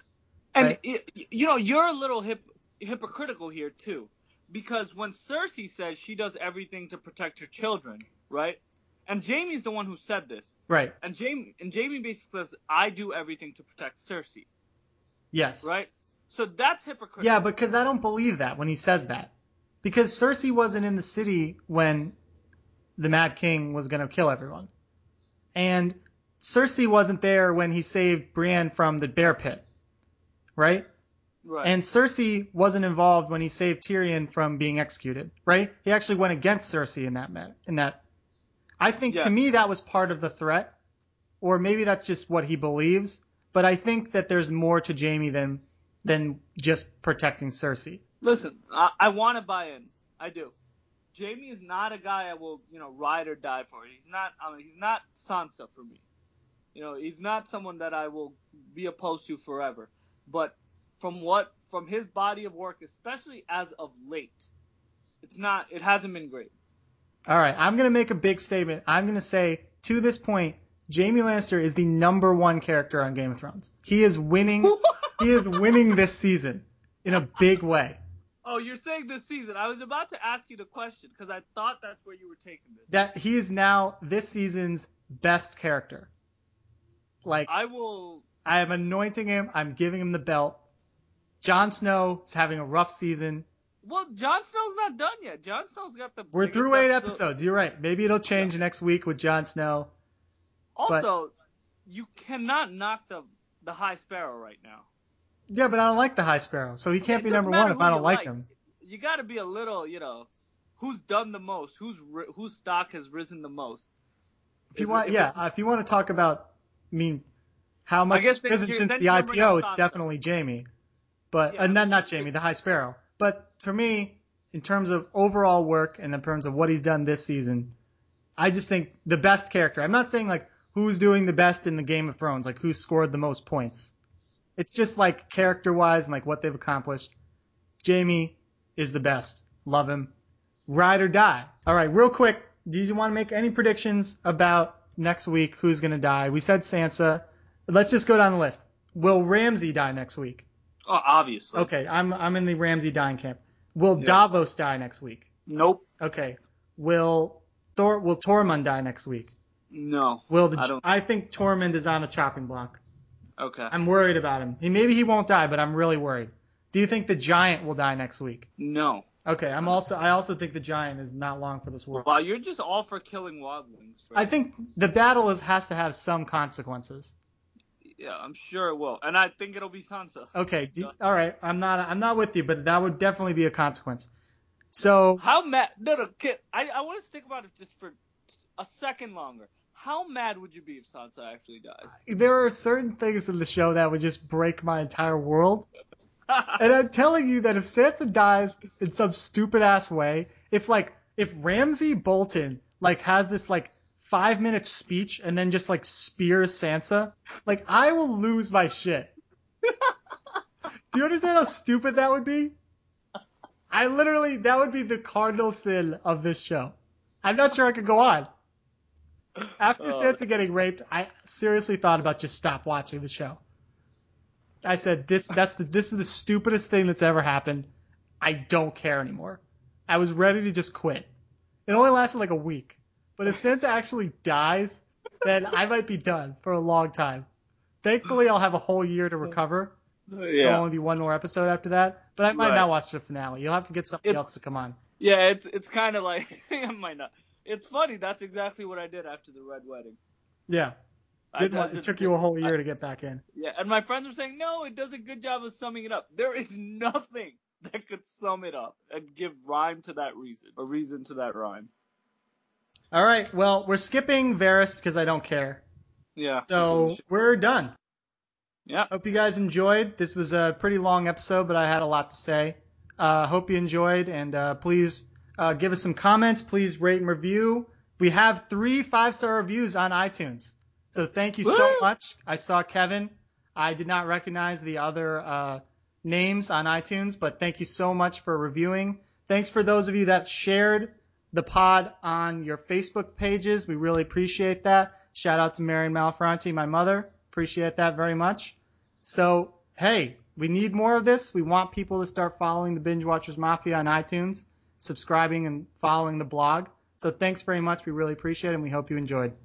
Speaker 1: and
Speaker 2: Right.
Speaker 1: y- y- you know you're a little hip, hypocritical here too because when cersei says she does everything to protect her children right and jamie's the one who said this
Speaker 2: Right.
Speaker 1: and jamie and jamie basically says i do everything to protect cersei
Speaker 2: Yes.
Speaker 1: right so that's hypocritical
Speaker 2: Yeah, because I don't believe that when he says that. Because Cersei wasn't in the city when the Mad King was going to kill everyone. And Cersei wasn't there when he saved Brienne from the bear pit. Right?
Speaker 1: right
Speaker 2: And Cersei wasn't involved when he saved Tyrion from being executed, right? He actually went against Cersei in that ma- in that. I think
Speaker 1: Yeah.
Speaker 2: to me that was part of the threat, or maybe that's just what he believes. But I think that there's more to Jamie than than just protecting Cersei.
Speaker 1: Listen, I, I want to buy in. I do. Jamie is not a guy I will, you know, ride or die for. He's not. I mean, he's not Sansa for me. You know, he's not someone that I will be opposed to forever. But from what, from his body of work, especially as of late, it's not. It hasn't been great.
Speaker 2: All right, I'm gonna make a big statement. I'm gonna say to this point, Jamie Lannister is the number one character on Game of Thrones. He is winning. he is winning this season in a big way.
Speaker 1: Oh, you're saying this season? I was about to ask you the question because I thought that's where you were taking this.
Speaker 2: that he is now this season's best character. Like I,
Speaker 1: I will.
Speaker 2: am anointing him, I'm giving him the belt. Jon Snow is having a rough season.
Speaker 1: Well, Jon Snow's not done yet. Jon Snow's got the.
Speaker 2: We're
Speaker 1: biggest
Speaker 2: through eight
Speaker 1: episode-
Speaker 2: episodes. You're right. Maybe it'll change next week with Jon Snow.
Speaker 1: Also, you cannot knock the the High Sparrow right now.
Speaker 2: Yeah, but I don't like the High Sparrow, so he can't
Speaker 1: It
Speaker 2: be
Speaker 1: doesn't
Speaker 2: number one
Speaker 1: matter
Speaker 2: if
Speaker 1: who
Speaker 2: I
Speaker 1: you
Speaker 2: don't like,
Speaker 1: like.
Speaker 2: him.
Speaker 1: You got to be a little, you know, who's done the most, who's ri- whose stock has risen the most.
Speaker 2: If you
Speaker 1: Is it-
Speaker 2: want,
Speaker 1: if
Speaker 2: yeah,
Speaker 1: it's-
Speaker 2: if you want to talk about, I mean, how much
Speaker 1: guess
Speaker 2: it's
Speaker 1: then
Speaker 2: risen
Speaker 1: you're-
Speaker 2: since
Speaker 1: then
Speaker 2: the
Speaker 1: you're bringing
Speaker 2: IPO,
Speaker 1: up
Speaker 2: it's
Speaker 1: Sasha.
Speaker 2: definitely Jamie, but
Speaker 1: Yeah, I
Speaker 2: and then
Speaker 1: mean,
Speaker 2: not
Speaker 1: you-
Speaker 2: Jamie, the High Sparrow. But for me, in terms of overall work and in terms of what he's done this season, I just think the best character. I'm not saying like who's doing the best in the Game of Thrones, like who scored the most points. It's just like character wise and like what they've accomplished. Jamie is the best. Love him. Ride or die. All right, real quick. Do you want to make any predictions about next week? Who's gonna die? We said Sansa. Let's just go down the list. Will Ramsey die next week?
Speaker 1: oh, obviously.
Speaker 2: Okay, I'm I'm in the Ramsey dying camp. Will
Speaker 1: Yeah.
Speaker 2: Davos die next week?
Speaker 1: Nope.
Speaker 2: Okay. Will Thor will Tormund die next week?
Speaker 1: No.
Speaker 2: Will the
Speaker 1: I don't-
Speaker 2: I, think Tormund is on the chopping block.
Speaker 1: Okay.
Speaker 2: I'm worried about him. He maybe he won't die, but I'm really worried. Do you think the giant will die next week?
Speaker 1: No.
Speaker 2: Okay, I'm also I also think the giant is not long for this world.
Speaker 1: Wow, you're just all for killing wildlings. bro.
Speaker 2: I think the battle is has to have some consequences.
Speaker 1: Yeah, I'm sure it will, and I think it'll be Sansa.
Speaker 2: Okay, do, all right, I'm not I'm not with you, but that would definitely be a consequence. So
Speaker 1: How mad? No, no, kid. I, I want to think about it just for a second longer. How mad would you be if Sansa actually
Speaker 2: there are certain things in the show that would just break my entire world.
Speaker 1: dies?
Speaker 2: And I'm telling you that if Sansa dies in some stupid ass way, if like if Ramsey Bolton like has this like five minute speech and then just like spears Sansa, like I will lose my shit. Do you understand how stupid that would be? I literally that would be the cardinal sin of this show. I'm not sure I could go on. After
Speaker 1: Oh.
Speaker 2: Sansa getting raped, I seriously thought about just stop watching the show. I said this that's the this is the stupidest thing that's ever happened. I don't care anymore. I was ready to just quit. It only lasted like a week. But if Santa actually dies, then I might be done for a long time. Thankfully I'll have a whole year to recover. There'll
Speaker 1: yeah.
Speaker 2: only be one more episode after that. But I might
Speaker 1: Right.
Speaker 2: not watch the finale. You'll have to get something
Speaker 1: It's-
Speaker 2: else to come on.
Speaker 1: Yeah, it's it's kind of like I might not. It's funny. That's exactly what I did after the red wedding.
Speaker 2: Yeah.
Speaker 1: I-
Speaker 2: Didn't
Speaker 1: I
Speaker 2: want, it
Speaker 1: just-
Speaker 2: took you a whole year to get back in.
Speaker 1: Yeah, and my friends were saying, no, it does a good job of summing it up. There is nothing that could sum it up and give rhyme to that reason, a reason to that rhyme.
Speaker 2: All right. Well, we're skipping Varys because I don't care.
Speaker 1: Yeah.
Speaker 2: So we're done.
Speaker 1: yeah.
Speaker 2: Hope you guys enjoyed. This was a pretty long episode, but I had a lot to say. Uh, hope you enjoyed, and uh, please uh, give us some comments. Please rate and review. We have three five star reviews on iTunes, so thank you so
Speaker 1: Woo!
Speaker 2: much. I saw Kevin. I did not recognize the other uh, names on iTunes, but thank you so much for reviewing. Thanks for those of you that shared the pod on your Facebook pages. We really appreciate that. Shout out to Marion Malfronti, my mother. Appreciate that very much. So, hey, we need more of this. We want people to start following the Binge Watchers Mafia on iTunes, subscribing and following the blog. So, thanks very much. We really appreciate it, and we hope you enjoyed.